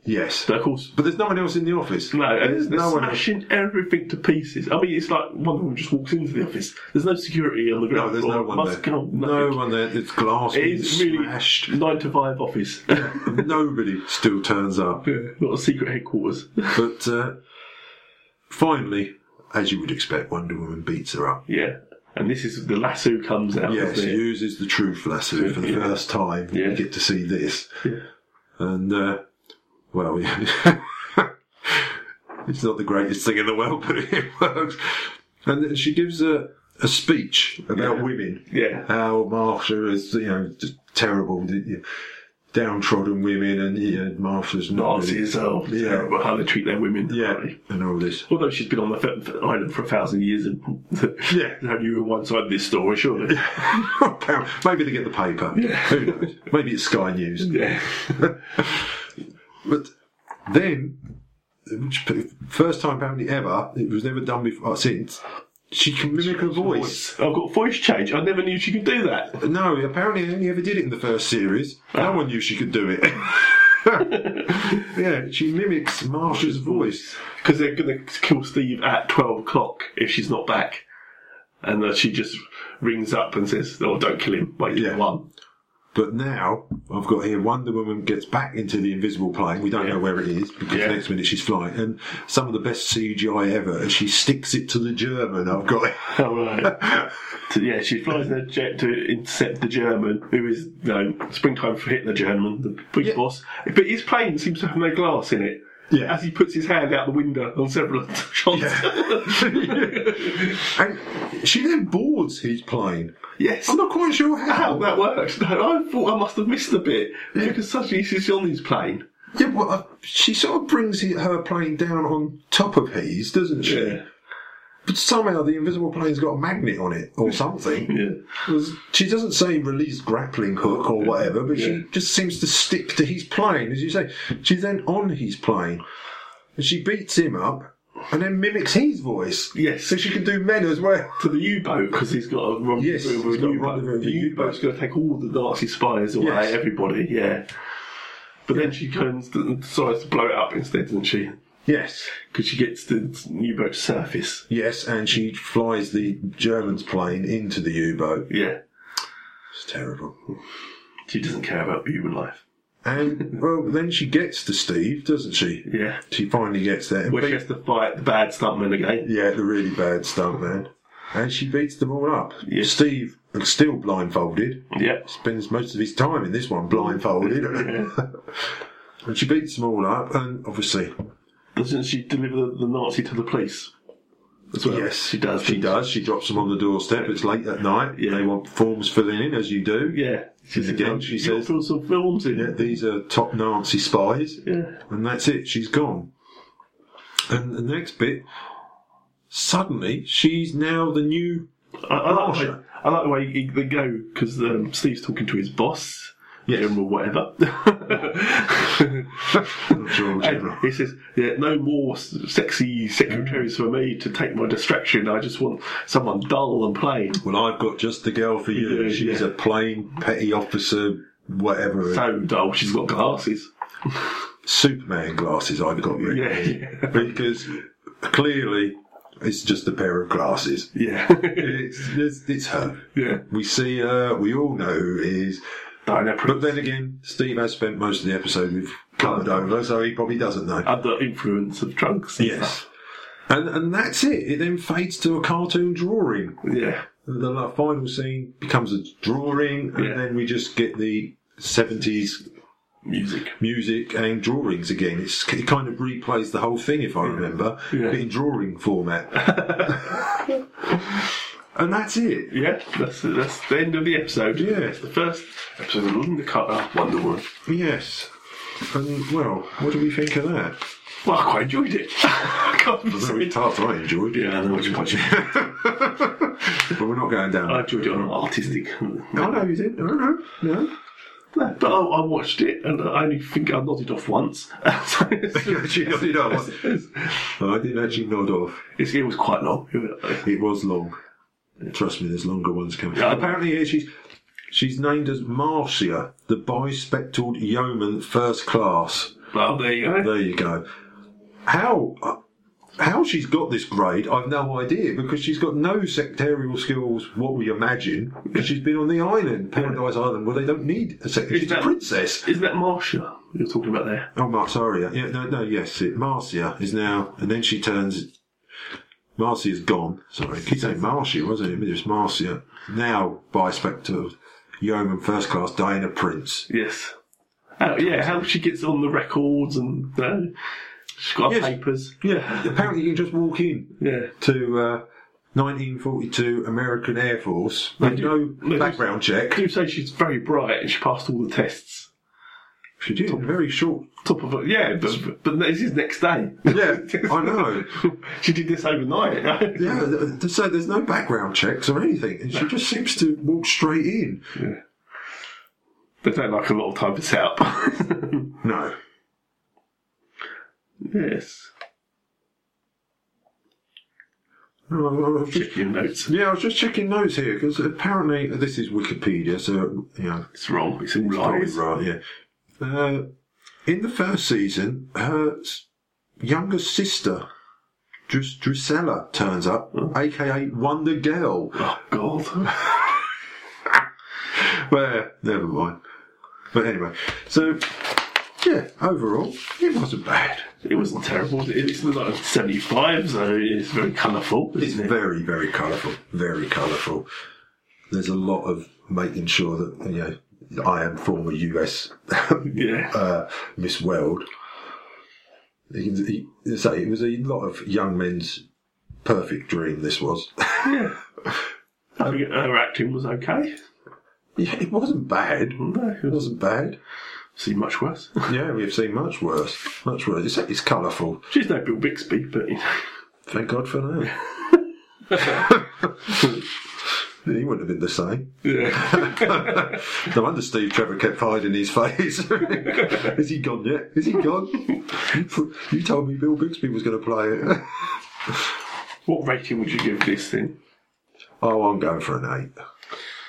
[SPEAKER 5] Yes,
[SPEAKER 4] But of course,
[SPEAKER 5] but there's no one else in the office.
[SPEAKER 4] no, and
[SPEAKER 5] there's
[SPEAKER 4] they're
[SPEAKER 5] no one. Else.
[SPEAKER 4] smashing everything to pieces. I mean, it's like one of them just walks into the office. There's no security on the ground.
[SPEAKER 5] No, there's no
[SPEAKER 4] floor,
[SPEAKER 5] one
[SPEAKER 4] must
[SPEAKER 5] there.
[SPEAKER 4] go-
[SPEAKER 5] No
[SPEAKER 4] nothing.
[SPEAKER 5] one there. It's glass
[SPEAKER 4] It
[SPEAKER 5] being
[SPEAKER 4] is really
[SPEAKER 5] smashed.
[SPEAKER 4] nine to five
[SPEAKER 5] [LAUGHS]
[SPEAKER 4] office. [LAUGHS]
[SPEAKER 5] Nobody still turns up.
[SPEAKER 4] Not a secret headquarters.
[SPEAKER 5] But uh, finally, as you would expect, Wonder Woman beats her up.
[SPEAKER 4] yeah. And this is the lasso comes out.
[SPEAKER 5] Yes,
[SPEAKER 4] doesn't
[SPEAKER 5] she
[SPEAKER 4] it?
[SPEAKER 5] uses the truth lasso for the
[SPEAKER 4] Yeah.
[SPEAKER 5] first time.
[SPEAKER 4] Yeah.
[SPEAKER 5] You get to see this.
[SPEAKER 4] Yeah.
[SPEAKER 5] And, uh, well, [LAUGHS] [LAUGHS] yeah. it's not the greatest thing in the world, but it works. And then she gives a, a speech about
[SPEAKER 4] Yeah.
[SPEAKER 5] women.
[SPEAKER 4] Yeah.
[SPEAKER 5] How Martha is, you know, just terrible, d- you- downtrodden women, and you know, Martha's not. really-
[SPEAKER 4] Nazis, oh, it's
[SPEAKER 5] Yeah.
[SPEAKER 4] terrible how they treat their women.
[SPEAKER 5] yeah,
[SPEAKER 4] apparently.
[SPEAKER 5] and all this. [LAUGHS]
[SPEAKER 4] Although she's been on the th- th- island for a thousand years, and [LAUGHS]
[SPEAKER 5] Yeah.
[SPEAKER 4] have you one side of this story, surely?
[SPEAKER 5] Maybe they get the paper. Who knows? Maybe it's Sky News.
[SPEAKER 4] [LAUGHS] Yeah.
[SPEAKER 5] But then, which first time apparently ever, it was never done before uh, since. She can mimic her voice.
[SPEAKER 4] I've got voice change. I never knew she could do that.
[SPEAKER 5] No, apparently they only ever did it in the first series. No one knew she could do [LAUGHS] it. yeah, she mimics Marsha's voice.
[SPEAKER 4] Because they're going to kill Steve at 12 o'clock if she's not back. And uh, she just rings up and says, oh, don't kill him. Wait,
[SPEAKER 5] Yeah.
[SPEAKER 4] yeah.
[SPEAKER 5] [LAUGHS]
[SPEAKER 4] one.
[SPEAKER 5] But now I've got here Wonder Woman gets back into the invisible plane. We don't know where it is because
[SPEAKER 4] Yeah.
[SPEAKER 5] next minute she's flying. And some of the best CGI ever. And she sticks it to the German. I've got it.
[SPEAKER 4] All right. [LAUGHS] so, yeah, she flies in a jet to intercept the German, who is, you know, springtime for hitting the German, the big
[SPEAKER 5] Yeah.
[SPEAKER 4] boss. But his plane seems to have no glass in it.
[SPEAKER 5] Yeah.
[SPEAKER 4] As he puts his hand out the window on several [LAUGHS] shots.
[SPEAKER 5] And she then boards his plane.
[SPEAKER 4] [LAUGHS] yes.
[SPEAKER 5] I'm not quite sure
[SPEAKER 4] How
[SPEAKER 5] how.
[SPEAKER 4] that works. No, I thought I must have missed a bit. Because suddenly she's on his plane.
[SPEAKER 5] Yeah, well, uh, she sort of brings he- her plane down on top of his, doesn't she? But somehow the invisible plane's got a magnet on it or something.
[SPEAKER 4] Yeah.
[SPEAKER 5] There's- She doesn't say release grappling hook or whatever, but
[SPEAKER 4] Yeah.
[SPEAKER 5] she just seems to stick to his plane, as you say. She's then on his plane, and she beats him up, and then mimics his voice.
[SPEAKER 4] Yes.
[SPEAKER 5] so she can do men as well.
[SPEAKER 4] to the U-boat because he's got a rendezvous
[SPEAKER 5] Yes, he's
[SPEAKER 4] with
[SPEAKER 5] got
[SPEAKER 4] a
[SPEAKER 5] a
[SPEAKER 4] U-boat.
[SPEAKER 5] rendezvous with
[SPEAKER 4] The
[SPEAKER 5] a U-boat.
[SPEAKER 4] U-boat's going to take all the Nazi spies away,
[SPEAKER 5] Yes.
[SPEAKER 4] everybody. Yeah. But then she turns and decides to blow it up instead, doesn't she?
[SPEAKER 5] Yes,
[SPEAKER 4] Because she gets the U-boat to surface.
[SPEAKER 5] yes, and she flies the German's plane into the U-boat.
[SPEAKER 4] Yeah.
[SPEAKER 5] It's terrible.
[SPEAKER 4] She doesn't care about human life.
[SPEAKER 5] And well, then she gets to Steve, doesn't she?
[SPEAKER 4] Yeah.
[SPEAKER 5] She finally gets there. and
[SPEAKER 4] Where she
[SPEAKER 5] beats-
[SPEAKER 4] has to fight the bad stuntman again.
[SPEAKER 5] Yeah, the really bad stunt man. And she beats them all up.
[SPEAKER 4] Yes.
[SPEAKER 5] Steve, still blindfolded,
[SPEAKER 4] Yeah.
[SPEAKER 5] spends most of his time in this one
[SPEAKER 4] [LAUGHS]
[SPEAKER 5] blindfolded. [LAUGHS] and she beats them all up, and obviously,
[SPEAKER 4] Doesn't she deliver the, the Nazi to the police? As well?
[SPEAKER 5] yes,
[SPEAKER 4] she does.
[SPEAKER 5] She does. She drops them on the doorstep. It's late at night.
[SPEAKER 4] Yeah.
[SPEAKER 5] They want forms filling in, as you do.
[SPEAKER 4] Yeah. She says, "Oh,
[SPEAKER 5] Again, she
[SPEAKER 4] "You've got
[SPEAKER 5] says-
[SPEAKER 4] to fill some films in.
[SPEAKER 5] Yeah, these are top Nazi spies.
[SPEAKER 4] Yeah.
[SPEAKER 5] And that's it. She's gone. And the next bit, suddenly, she's now the new.
[SPEAKER 4] I, I, like the way,
[SPEAKER 5] Marsha.
[SPEAKER 4] I like the way he- they go because um, Steve's talking to his boss,
[SPEAKER 5] Yes.
[SPEAKER 4] general whatever. [LAUGHS]
[SPEAKER 5] Not sure
[SPEAKER 4] and
[SPEAKER 5] what general.
[SPEAKER 4] he says, yeah, "No more s- sexy secretaries for me to take my distraction. I just want someone dull and plain."
[SPEAKER 5] Well, I've got just the girl for you.
[SPEAKER 4] Yeah,
[SPEAKER 5] She's
[SPEAKER 4] yeah.
[SPEAKER 5] a plain petty officer, whatever.
[SPEAKER 4] So dull, she's got glasses.
[SPEAKER 5] Superman glasses I've got. Rick.
[SPEAKER 4] Yeah, [LAUGHS] yeah,
[SPEAKER 5] Because clearly it's just a pair of glasses.
[SPEAKER 4] yeah.
[SPEAKER 5] It's, it's, it's her.
[SPEAKER 4] [LAUGHS] yeah.
[SPEAKER 5] We see her. We all know who it is.
[SPEAKER 4] Diana
[SPEAKER 5] But
[SPEAKER 4] Prince,
[SPEAKER 5] then again, Steve has spent most of the episode we've covered over, so he probably doesn't know.
[SPEAKER 4] under influence of drugs. and
[SPEAKER 5] yes.
[SPEAKER 4] stuff.
[SPEAKER 5] And, and that's it. It then fades to a cartoon drawing.
[SPEAKER 4] Yeah.
[SPEAKER 5] The la- final scene becomes a drawing, and
[SPEAKER 4] Yeah.
[SPEAKER 5] then we just get the 70s
[SPEAKER 4] Music.
[SPEAKER 5] music and drawings again. It's, it kind of replays the whole thing, if I remember,
[SPEAKER 4] Yeah.
[SPEAKER 5] but in drawing
[SPEAKER 4] [LAUGHS]
[SPEAKER 5] format. and that's it.
[SPEAKER 4] Yeah, that's that's the end of the episode.
[SPEAKER 5] Yeah.
[SPEAKER 4] That's the first episode of London the Cut Wonder Woman.
[SPEAKER 5] Yes. And well, what do we think of that?
[SPEAKER 4] Well, I quite enjoyed it. [LAUGHS] Can't be
[SPEAKER 5] Although
[SPEAKER 4] said.
[SPEAKER 5] it's part I enjoyed,
[SPEAKER 4] Yeah, I know what you watching.
[SPEAKER 5] [LAUGHS] but we're not going down.
[SPEAKER 4] I enjoyed it on an artistic. No,
[SPEAKER 5] no, you didn't. No, no, no.
[SPEAKER 4] but I, I watched it and I only think I nodded off once. [LAUGHS] So it's- [LAUGHS]
[SPEAKER 5] [LAUGHS] You actually nodded off. I didn't actually nod off.
[SPEAKER 4] it's- it was quite long.
[SPEAKER 5] It was long. Trust me, there's longer ones coming.
[SPEAKER 4] Yeah.
[SPEAKER 5] Apparently, here she's she's named as Marcia, the bispectacled yeoman first class.
[SPEAKER 4] Well, there you go.
[SPEAKER 5] There you go. How uh, how she's got this grade, I've no idea because she's got no sectarial skills. What we imagine, because she's been on the island, Paradise Island, where they don't need a secretary. She's a
[SPEAKER 4] that-
[SPEAKER 5] princess.
[SPEAKER 4] Isn't that Marcia you're talking about there?
[SPEAKER 5] Oh, Mar- sorry. Yeah, no, no, yes, it, Marcia is now, and then she turns. Marcia's gone. Sorry, I keep saying Marcia, wasn't it? It was Marcia. Now bispectacled yeoman first class Diana Prince.
[SPEAKER 4] Yes. Oh, yeah, how she gets on the records and uh, she's got her
[SPEAKER 5] Yes.
[SPEAKER 4] papers.
[SPEAKER 5] Yeah, apparently you can just walk in
[SPEAKER 4] Yeah.
[SPEAKER 5] to uh, 1942 American Air Force with
[SPEAKER 4] They
[SPEAKER 5] no
[SPEAKER 4] do- they do-
[SPEAKER 5] background
[SPEAKER 4] I
[SPEAKER 5] check.
[SPEAKER 4] do say she's very bright and she passed all the tests.
[SPEAKER 5] She did in a very short.
[SPEAKER 4] Top of her, yeah, but, but this is next day. [LAUGHS]
[SPEAKER 5] Yeah, I know.
[SPEAKER 4] she did this overnight. [LAUGHS]
[SPEAKER 5] Yeah, th- th- so there's no background checks or anything, and she just seems to walk straight in.
[SPEAKER 4] They don't like a lot of time for setup.
[SPEAKER 5] No,
[SPEAKER 4] [LAUGHS] yes.
[SPEAKER 5] no, I- I was just-
[SPEAKER 4] Check your notes.
[SPEAKER 5] yeah, I was just checking notes here because apparently uh, this is Wikipedia, so you know
[SPEAKER 4] It's wrong. It's all
[SPEAKER 5] Probably
[SPEAKER 4] lies.
[SPEAKER 5] right, yeah. Uh, in the first season, her s- younger sister, Dris- Drusella, turns up,
[SPEAKER 4] Hmm.
[SPEAKER 5] aka Wonder Girl.
[SPEAKER 4] Oh, God.
[SPEAKER 5] Well, never mind. But anyway, so yeah, overall, it wasn't bad.
[SPEAKER 4] It wasn't terrible. was it? It's like 75, so it's very colourful,
[SPEAKER 5] It's
[SPEAKER 4] isn't it?
[SPEAKER 5] very, very colourful. Very colourful. There's a lot of making sure that you know I am former US
[SPEAKER 4] yeah.
[SPEAKER 5] uh, Miss World. He can, he, you say it was a lot of young men's perfect dream. This was. [LAUGHS]
[SPEAKER 4] I think her acting was okay.
[SPEAKER 5] yeah, it wasn't bad. It
[SPEAKER 4] No, it wasn't
[SPEAKER 5] wasn't bad.
[SPEAKER 4] seen much worse. [LAUGHS]
[SPEAKER 5] Yeah, we've seen much worse. Much worse. It's, it's colourful.
[SPEAKER 4] She's no Bill Bixby, but you know,
[SPEAKER 5] Thank God for that. [LAUGHS] he wouldn't have been the same.
[SPEAKER 4] yeah.
[SPEAKER 5] [LAUGHS] No wonder Steve Trevor kept hiding his face. [LAUGHS] Is he gone yet? Is he gone? you, put, you told me Bill Bixby was going to play it.
[SPEAKER 4] What rating would you give this thing?
[SPEAKER 5] oh, I'm going for an eight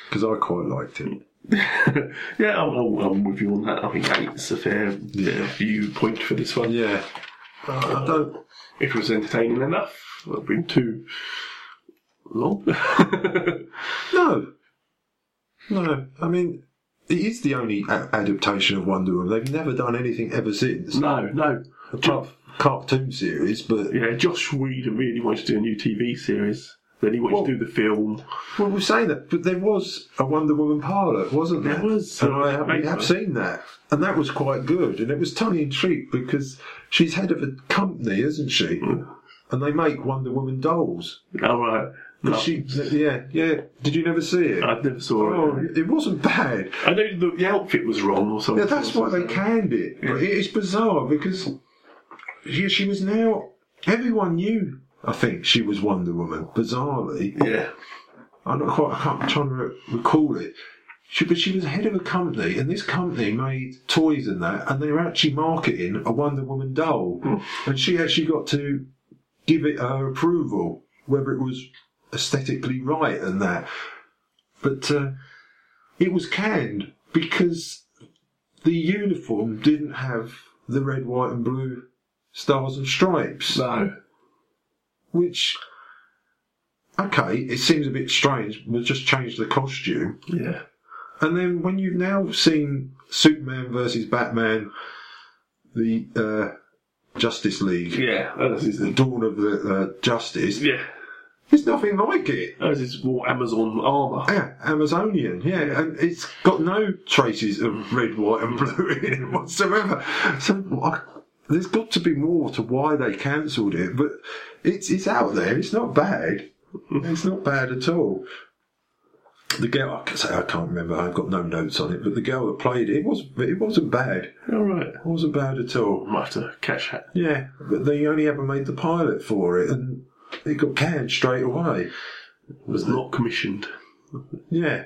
[SPEAKER 5] because I quite liked it.
[SPEAKER 4] Yeah, I'm, I'm, I'm with you on that. I think eight's a fair yeah. viewpoint for this one.
[SPEAKER 5] Yeah. I don't.
[SPEAKER 4] If it was entertaining enough, it would been too long. [LAUGHS]
[SPEAKER 5] No. No. I mean, it is the only a- adaptation of Wonder Woman. They've never done anything ever since.
[SPEAKER 4] no, no.
[SPEAKER 5] Apart from cartoon series, but.
[SPEAKER 4] Yeah, Josh Whedon really wanted to do a new TV series. Then he wanted
[SPEAKER 5] Well-
[SPEAKER 4] to do the film.
[SPEAKER 5] Well, we're saying that, but there was a Wonder Woman pilot, wasn't there?
[SPEAKER 4] There was,
[SPEAKER 5] And
[SPEAKER 4] uh,
[SPEAKER 5] I have, we
[SPEAKER 4] made
[SPEAKER 5] have
[SPEAKER 4] one.
[SPEAKER 5] seen that. And that was quite good. And it was tongue in cheek because she's head of a company, isn't she?
[SPEAKER 4] Mm.
[SPEAKER 5] And they make Wonder Woman dolls.
[SPEAKER 4] All right. No,
[SPEAKER 5] She, yeah, yeah. Did you never see it?
[SPEAKER 4] I never saw
[SPEAKER 5] Oh,
[SPEAKER 4] it.
[SPEAKER 5] it wasn't bad.
[SPEAKER 4] I know the, the outfit was wrong or something.
[SPEAKER 5] Yeah, that's why they canned it. But it- it's bizarre because she, she was now. Everyone knew, I think, she was Wonder Woman. Bizarrely,
[SPEAKER 4] Yeah.
[SPEAKER 5] I'm not quite. I can't, I'm trying to re- recall it. She, but she was head of a company, and this company made toys and that, and they were actually marketing a Wonder Woman doll, and she actually got to give it her approval, whether it was aesthetically right and that. But uh, it was canned because the uniform didn't have the red, white, and blue stars and stripes
[SPEAKER 4] No.
[SPEAKER 5] which okay it seems a bit strange but just change the costume
[SPEAKER 4] Yeah.
[SPEAKER 5] and then when you've now seen superman versus batman the uh, justice league
[SPEAKER 4] Yeah. Ours is,
[SPEAKER 5] the dawn of the uh, justice
[SPEAKER 4] yeah.
[SPEAKER 5] it's nothing like it
[SPEAKER 4] Ours is more Amazon armour.
[SPEAKER 5] yeah, Amazonian, yeah, and it's got no traces of red, white, and blue in it [LAUGHS] whatsoever. So I, there's got to be more to why they cancelled it, but it's it's out there. It's not bad. It's not bad at all. The girl, I can say I can't remember. I've got no notes on it, but the girl that played it, it was it wasn't bad.
[SPEAKER 4] All right.
[SPEAKER 5] It wasn't bad at
[SPEAKER 4] I
[SPEAKER 5] all.
[SPEAKER 4] might have to catch that.
[SPEAKER 5] Yeah, but they only ever made the pilot for it, and it got canned straight away.
[SPEAKER 4] It was not commissioned.
[SPEAKER 5] Yeah.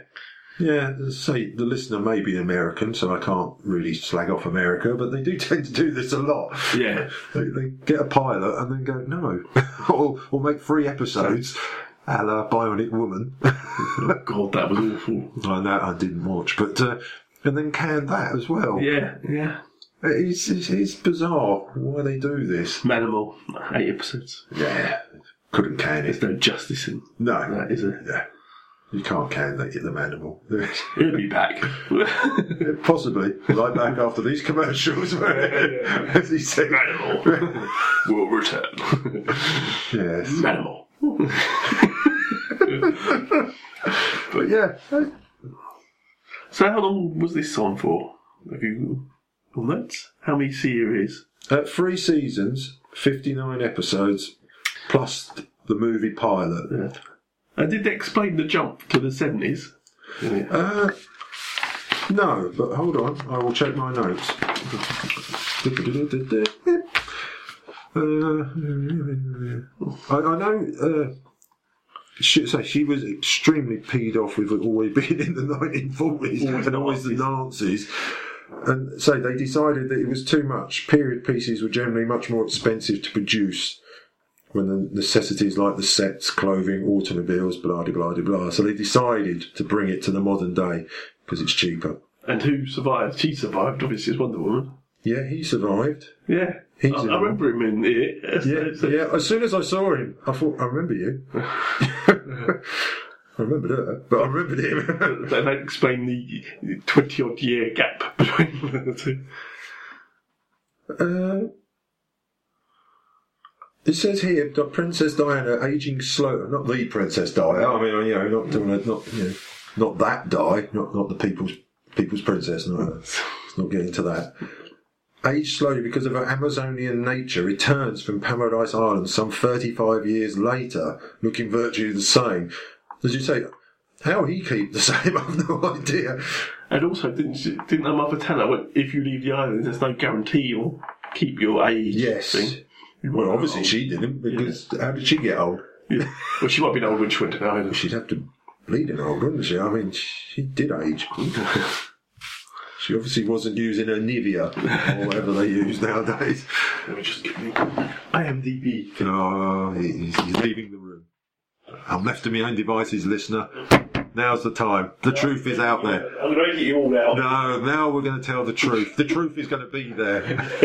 [SPEAKER 5] Yeah, say the listener may be American, so I can't really slag off America, but they do [LAUGHS] tend to do this a lot.
[SPEAKER 4] Yeah.
[SPEAKER 5] They, they get a pilot and then go, no, [LAUGHS] or, or make three episodes a la Bionic Woman. [LAUGHS]
[SPEAKER 4] God, that was awful.
[SPEAKER 5] I know I didn't watch, but uh, and then can that as well.
[SPEAKER 4] Yeah. Yeah.
[SPEAKER 5] It's, it's, it's bizarre why they do this.
[SPEAKER 4] Manimal. Eight episodes.
[SPEAKER 5] Yeah, couldn't can
[SPEAKER 4] There's
[SPEAKER 5] it.
[SPEAKER 4] no justice in
[SPEAKER 5] No,
[SPEAKER 4] that, is there?
[SPEAKER 5] yeah, you can't can that, the manimal. [LAUGHS]
[SPEAKER 4] He'll be back. [LAUGHS]
[SPEAKER 5] Possibly, right back after these commercials, [LAUGHS] as he said.
[SPEAKER 4] Manimal. will return.
[SPEAKER 5] [LAUGHS]
[SPEAKER 4] [LAUGHS]
[SPEAKER 5] Yes,
[SPEAKER 4] Manimal.
[SPEAKER 5] but yeah,
[SPEAKER 4] So how long was this on for? Have you all notes? How many series?
[SPEAKER 5] uh, three seasons, fifty-nine episodes, plus the movie pilot.
[SPEAKER 4] Yeah. I did explain the jump to the 70s.
[SPEAKER 5] Uh, no, but hold on. I will check my notes. Uh, I, I know. Uh, she, so she was extremely peed off with it always being in the 1940s
[SPEAKER 4] Always
[SPEAKER 5] and always the Nazis. And so they decided that it was too much. Period pieces were generally much more expensive to produce when the necessities like the sets, clothing, automobiles, blah de blah de blah. So they decided to bring it to the modern day because it's cheaper.
[SPEAKER 4] And who survived? She survived, obviously, as Wonder Woman.
[SPEAKER 5] Yeah, he survived.
[SPEAKER 4] Yeah.
[SPEAKER 5] He's
[SPEAKER 4] I,
[SPEAKER 5] in
[SPEAKER 4] I remember him in it. It's-
[SPEAKER 5] Yeah,
[SPEAKER 4] it's a-
[SPEAKER 5] yeah. As soon as I saw him, I thought, I remember you. [LAUGHS] I remembered her, but I remembered him. [LAUGHS]
[SPEAKER 4] They don't explain the 20 odd year gap [LAUGHS] between the two.
[SPEAKER 5] uh, it says here, Di- Princess Diana aging slow. Not the Princess Diana. I mean, you know, not not, not you know, not that Di, not not the people's people's princess. No, let's not get into that. Aged slowly because of her Amazonian nature, returns from Paradise Island some 35 years later, looking virtually the same. As you say, how he keep the [LAUGHS] same, I've no idea.
[SPEAKER 4] And also, didn't she, didn't her mother tell her well, if you leave the island, there's no guarantee you'll keep your age?
[SPEAKER 5] Yes.
[SPEAKER 4] thing?
[SPEAKER 5] Well, obviously she didn't, because how did she get old? [LAUGHS]
[SPEAKER 4] Yeah. Well, she might have been old when she went to the island.
[SPEAKER 5] She'd have to bleed an old, wouldn't she? I mean, she did age.
[SPEAKER 4] [LAUGHS]
[SPEAKER 5] she obviously wasn't using her Nivea, or whatever they use nowadays.
[SPEAKER 4] Let me just get me IMDb.
[SPEAKER 5] Oh, he- he's leaving the room. I'm left to my own devices, listener. Now's the time. The truth is out there.
[SPEAKER 4] I'm going to get you all out.
[SPEAKER 5] No, now we're going to tell the truth. The truth is going to be there.
[SPEAKER 4] [LAUGHS]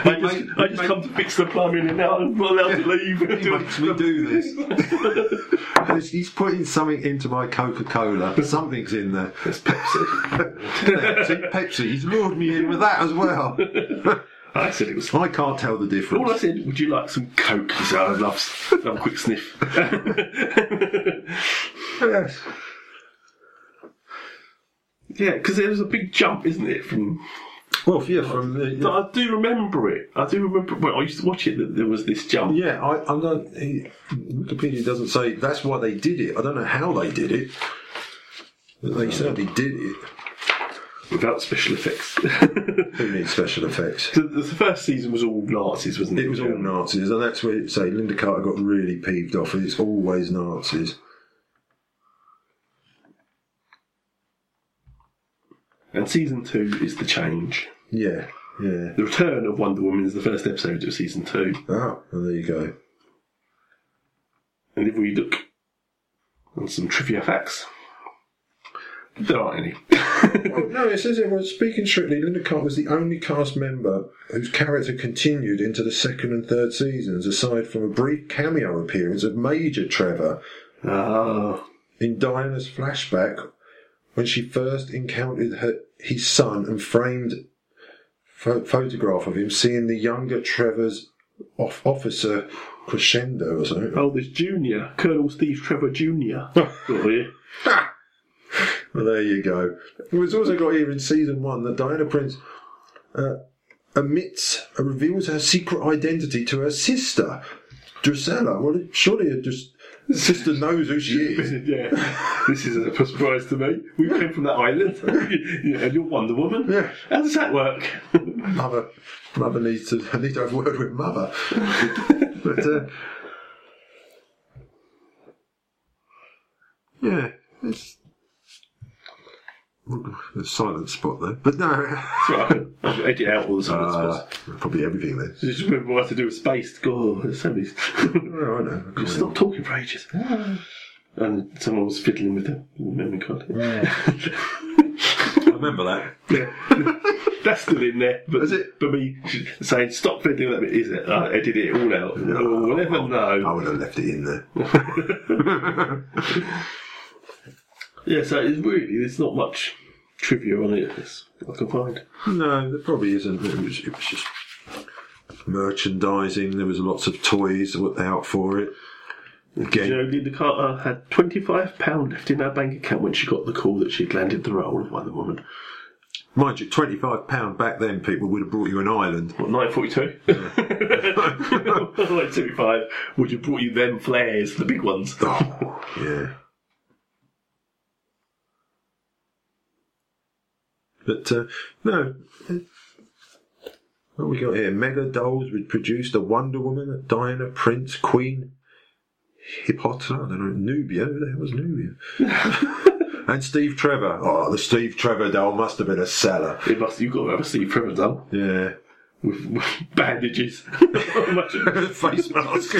[SPEAKER 4] [LAUGHS] I just, I just come to fix the plumbing and now I'm not allowed to leave. [LAUGHS]
[SPEAKER 5] He makes me do this. He's- He's putting something into my Coca Cola. Something's in there. It's Pepsi. Pepsi. Pepsi. He's lured me in with that as well.
[SPEAKER 4] I said it was.
[SPEAKER 5] I can't tell the
[SPEAKER 4] All I
[SPEAKER 5] difference.
[SPEAKER 4] said, would you like some coke? He said, I'd love, s- love a quick sniff. [LAUGHS]
[SPEAKER 5] Yes.
[SPEAKER 4] yeah, because there was a big jump, isn't it? From
[SPEAKER 5] Well, yeah, from the,
[SPEAKER 4] but I do remember it. I do remember. Well, I used to watch it. That there was this jump.
[SPEAKER 5] Yeah, I, I don't. he- Wikipedia doesn't say that's why they did it. I don't know how they did it, but they certainly did it.
[SPEAKER 4] without special effects. [LAUGHS]
[SPEAKER 5] Who needs special effects?
[SPEAKER 4] So the first season was all Nazis, wasn't it?
[SPEAKER 5] It was all Nazis, and that's where you say Linda Carter got really peeved off. It's always Nazis.
[SPEAKER 4] And season two is the change.
[SPEAKER 5] Yeah, yeah.
[SPEAKER 4] The return of Wonder Woman is the first episode of season two.
[SPEAKER 5] Oh, well, there you go.
[SPEAKER 4] And if we look on some trivia facts, there aren't any.
[SPEAKER 5] Oh, No, it says it was speaking strictly. Linda Carter was the only cast member whose character continued into the second and third seasons, aside from a brief cameo appearance of Major Trevor
[SPEAKER 4] Ah,
[SPEAKER 5] in Diana's flashback when she first encountered her, his son and framed pho- photograph of him seeing the younger Trevor's off- officer crescendo or something.
[SPEAKER 4] oh, there's Junior, Colonel Steve Trevor
[SPEAKER 5] [LAUGHS]
[SPEAKER 4] Junior. oh, yeah.
[SPEAKER 5] Well, there you go. Well, It's also got here in season one that Diana Prince uh, admits, uh, reveals her secret identity to her sister, Drusilla. Well, surely a Drus- sister knows who
[SPEAKER 4] [LAUGHS]
[SPEAKER 5] she is.
[SPEAKER 4] yeah, this is a surprise to me. We came from that island, [LAUGHS] yeah, and you're Wonder Woman.
[SPEAKER 5] Yeah.
[SPEAKER 4] How does that work? [LAUGHS]
[SPEAKER 5] Mother, mother needs to. [LAUGHS] I need to have a word with mother. but uh, yeah, it's. The silent spot there, but no, [LAUGHS]
[SPEAKER 4] right, I'll edit out all the silence spots.
[SPEAKER 5] Uh, probably everything then.
[SPEAKER 4] You just remember what to do with space. Go, there's so many. [LAUGHS]
[SPEAKER 5] Oh, I know. I can't
[SPEAKER 4] Stop talking for ages. And someone was fiddling with the memory card. [LAUGHS]
[SPEAKER 5] remember that.
[SPEAKER 4] [LAUGHS] That's still in there. But,
[SPEAKER 5] Is it?
[SPEAKER 4] But me saying, stop fiddling with that bit, is it? I edit it all out. No, we'll never
[SPEAKER 5] I
[SPEAKER 4] know.
[SPEAKER 5] would have left it in there.
[SPEAKER 4] Yeah, so it's really, there's not much trivia on it that's- I can find.
[SPEAKER 5] No, there probably isn't. It was, it was just merchandising. There was lots of toys out for it. Again,
[SPEAKER 4] You know, Linda Carter had £25 left in her bank account when she got the call that she'd landed the role of Wonder Woman.
[SPEAKER 5] Mind you, £25 back then, people would have brought you an island.
[SPEAKER 4] What, [LAUGHS] 942? [LAUGHS] 925 would have brought you them flares, the big ones.
[SPEAKER 5] Oh, yeah. But uh, no. What we got here? Mega Dolls would produce the Wonder Woman, Diana, Prince, Queen, Hippota, I don't know, Nubia. Who the hell was Nubia? and Steve Trevor. Oh, the Steve Trevor doll must have been a seller.
[SPEAKER 4] [LAUGHS] It must, you've got to have a Steve Trevor doll
[SPEAKER 5] Yeah.
[SPEAKER 4] with, with [LAUGHS] bandages.
[SPEAKER 5] [LAUGHS] Face
[SPEAKER 4] [LAUGHS]
[SPEAKER 5] mask.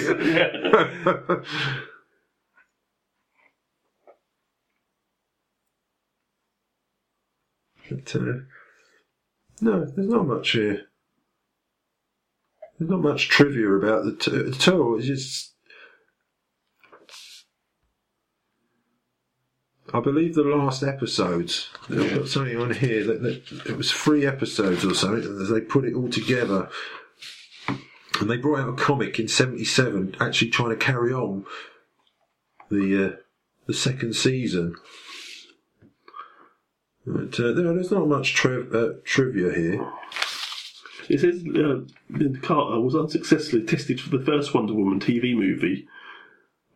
[SPEAKER 5] But, uh, no, there's not much here. There's not much trivia about the t- the turtle. It's just. I believe the last episodes. I've got something on here that, that it was three episodes or something. and They put it all together, and they brought out a comic in '77, actually trying to carry on the uh, the second season. But uh, no, there's not much triv- uh, trivia here.
[SPEAKER 4] It says uh, Linda Carter was unsuccessfully tested for the first Wonder Woman TV movie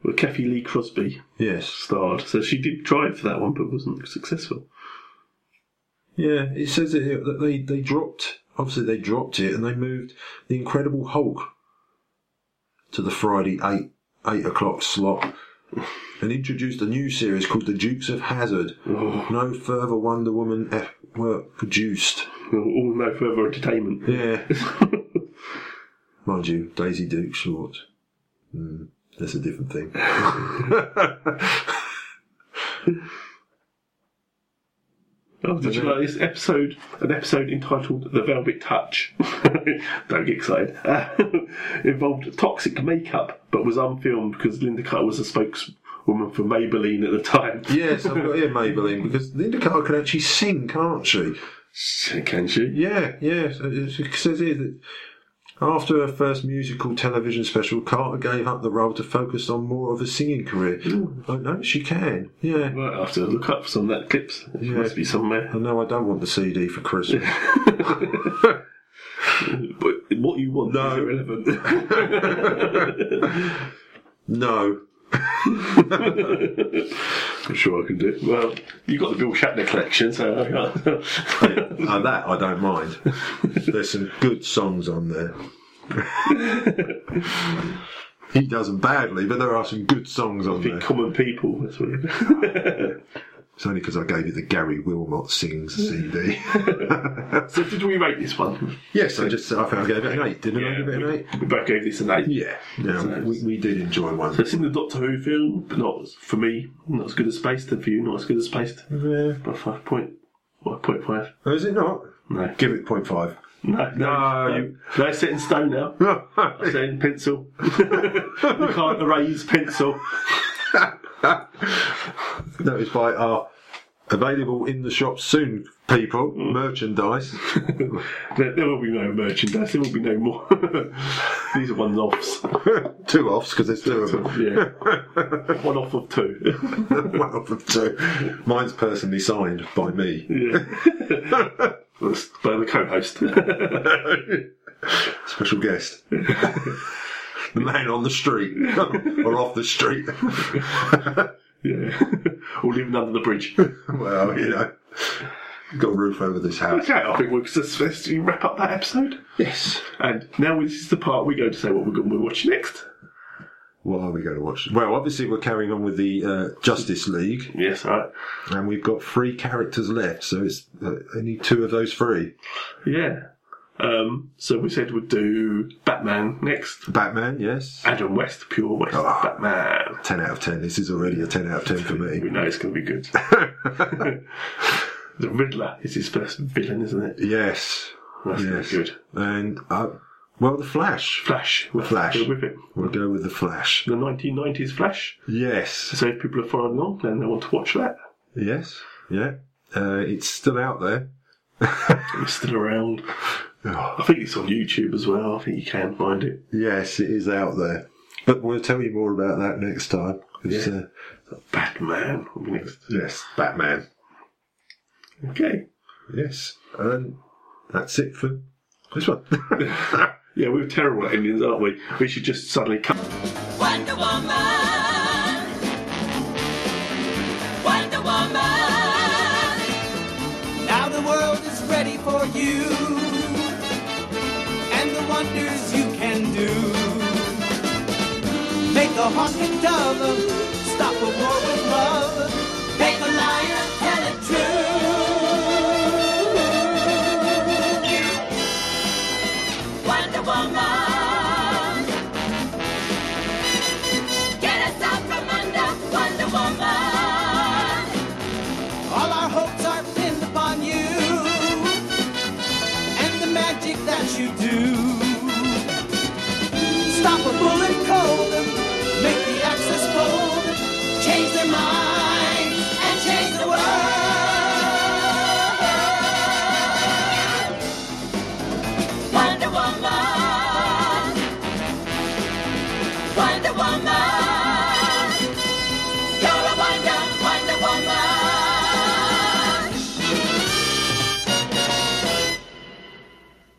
[SPEAKER 4] where Kathy Lee Crosby
[SPEAKER 5] Yes.
[SPEAKER 4] starred. So she did try for that one but wasn't successful.
[SPEAKER 5] Yeah, it says it here that they, they dropped, obviously, they dropped it and they moved The Incredible Hulk to the Friday 8, 8 o'clock slot and introduced a new series called The Dukes of Hazard. No further Wonder Woman F- work produced.
[SPEAKER 4] Well, all no further entertainment.
[SPEAKER 5] Yeah. [LAUGHS] Mind you, Daisy Duke short. Mm, that's a different thing.
[SPEAKER 4] Oh, did you like this episode? An episode entitled "The Velvet Touch." [LAUGHS] Don't get excited. [LAUGHS] Uh, involved toxic makeup, but was unfilmed because Linda Carter was a spokeswoman for Maybelline at the time. [LAUGHS]
[SPEAKER 5] Yes, I've got here Maybelline because Linda Carter can actually sing, can't she?
[SPEAKER 4] Can she?
[SPEAKER 5] Yeah, yeah. so It it says here that after her first musical television special, Carter gave up the role to focus on more of a singing career. Oh no, she can. Yeah.
[SPEAKER 4] Right, I have to look up for some of that clips. It
[SPEAKER 5] Yeah.
[SPEAKER 4] must be somewhere.
[SPEAKER 5] I know I don't want the CD for Christmas.
[SPEAKER 4] But what you want
[SPEAKER 5] No.
[SPEAKER 4] is irrelevant. [LAUGHS]
[SPEAKER 5] no.
[SPEAKER 4] I'm sure I can do it. Well, you got the Bill Shatner collection, so I can't.
[SPEAKER 5] Uh, that I don't mind.
[SPEAKER 4] [LAUGHS]
[SPEAKER 5] There's some good songs on there. he does them badly, but there are some good songs on
[SPEAKER 4] Be
[SPEAKER 5] there.
[SPEAKER 4] common people. That's what it
[SPEAKER 5] [LAUGHS] It's only because I gave you the Gary Wilmot sings CD.
[SPEAKER 4] So did we rate this one?
[SPEAKER 5] yes, I just I think I gave it an eight, didn't I? Give it an
[SPEAKER 4] we,
[SPEAKER 5] eight.
[SPEAKER 4] we both gave this an eight.
[SPEAKER 5] Yeah, no, we, we did enjoy one.
[SPEAKER 4] It's in the Doctor Who film, but not for me, not as good as Spaced, and for you, not as good as Spaced.
[SPEAKER 5] Yeah.
[SPEAKER 4] But five point, what, point five?
[SPEAKER 5] Oh, is it not?
[SPEAKER 4] No.
[SPEAKER 5] Give it [LAUGHS] 0.5.
[SPEAKER 4] No, no,
[SPEAKER 5] No,
[SPEAKER 4] no.
[SPEAKER 5] you-
[SPEAKER 4] No, it's set in stone now. I said in pencil. [LAUGHS] you can't erase pencil. [LAUGHS]
[SPEAKER 5] that is by our available in the shop soon people merchandise. [LAUGHS]
[SPEAKER 4] There, there will be no merchandise. There will be no more. [LAUGHS] These are one-offs.
[SPEAKER 5] two offs because there's two of them. [LAUGHS]
[SPEAKER 4] Yeah, one off of two.
[SPEAKER 5] One of them two. Mine's personally signed by me.
[SPEAKER 4] Yeah. [LAUGHS] That's by the co-host. [LAUGHS]
[SPEAKER 5] Special guest. [LAUGHS] the man on the street. [LAUGHS] or off the street. [LAUGHS]
[SPEAKER 4] yeah, [LAUGHS] or living under the bridge.
[SPEAKER 5] well, you know. Got a roof over
[SPEAKER 4] [LAUGHS]
[SPEAKER 5] this house.
[SPEAKER 4] Okay, I think we're supposed to wrap up that episode.
[SPEAKER 5] Yes.
[SPEAKER 4] And now this is the part we go to say what we're going to watch next.
[SPEAKER 5] What are we going to watch? Well, obviously, we're carrying on with the uh, Justice League,
[SPEAKER 4] Yes, all right.
[SPEAKER 5] and we've got three characters left, so it's uh, only two of those three
[SPEAKER 4] Yeah. Um, so we said we'd do Batman next.
[SPEAKER 5] Batman, yes.
[SPEAKER 4] Adam West, Pure West
[SPEAKER 5] Oh.
[SPEAKER 4] Batman.
[SPEAKER 5] 10 out of 10. This is already a 10 out of 10 for
[SPEAKER 4] We
[SPEAKER 5] me. [LAUGHS]
[SPEAKER 4] know it's going to be good. the Riddler is his first villain, isn't it?
[SPEAKER 5] Yes.
[SPEAKER 4] That's gonna be
[SPEAKER 5] Yes.
[SPEAKER 4] good.
[SPEAKER 5] And, uh, well, The Flash.
[SPEAKER 4] Flash. We'll
[SPEAKER 5] Flash.
[SPEAKER 4] go With it.
[SPEAKER 5] We'll go with The Flash.
[SPEAKER 4] The 1990s Flash.
[SPEAKER 5] Yes.
[SPEAKER 4] So if people are following along, then they want to watch that.
[SPEAKER 5] Yes. Yeah. Uh, it's still out there.
[SPEAKER 4] It's still around. I think it's on YouTube as well. I think you can find it.
[SPEAKER 5] [LAUGHS] Yes, it is out there. But we'll tell you more about that next time. 'cause,
[SPEAKER 4] Yeah.
[SPEAKER 5] uh,
[SPEAKER 4] Batman will be next.
[SPEAKER 5] yes, Batman.
[SPEAKER 4] Okay. [LAUGHS]
[SPEAKER 5] Yes, and that's it for this one. [LAUGHS]
[SPEAKER 4] Yeah, we're terrible at Indians, aren't we? We should just suddenly cut.
[SPEAKER 2] Wonder Woman. Wonder Woman.
[SPEAKER 3] Now the world is ready for you and the wonders you can do. Make a honking dove, stop a war with love, make a liar tell it true.
[SPEAKER 2] Wonder Woman. Get us out from under Wonder Woman.
[SPEAKER 3] All our hopes are pinned upon you and the magic that you do. Stop a bullet cold, make the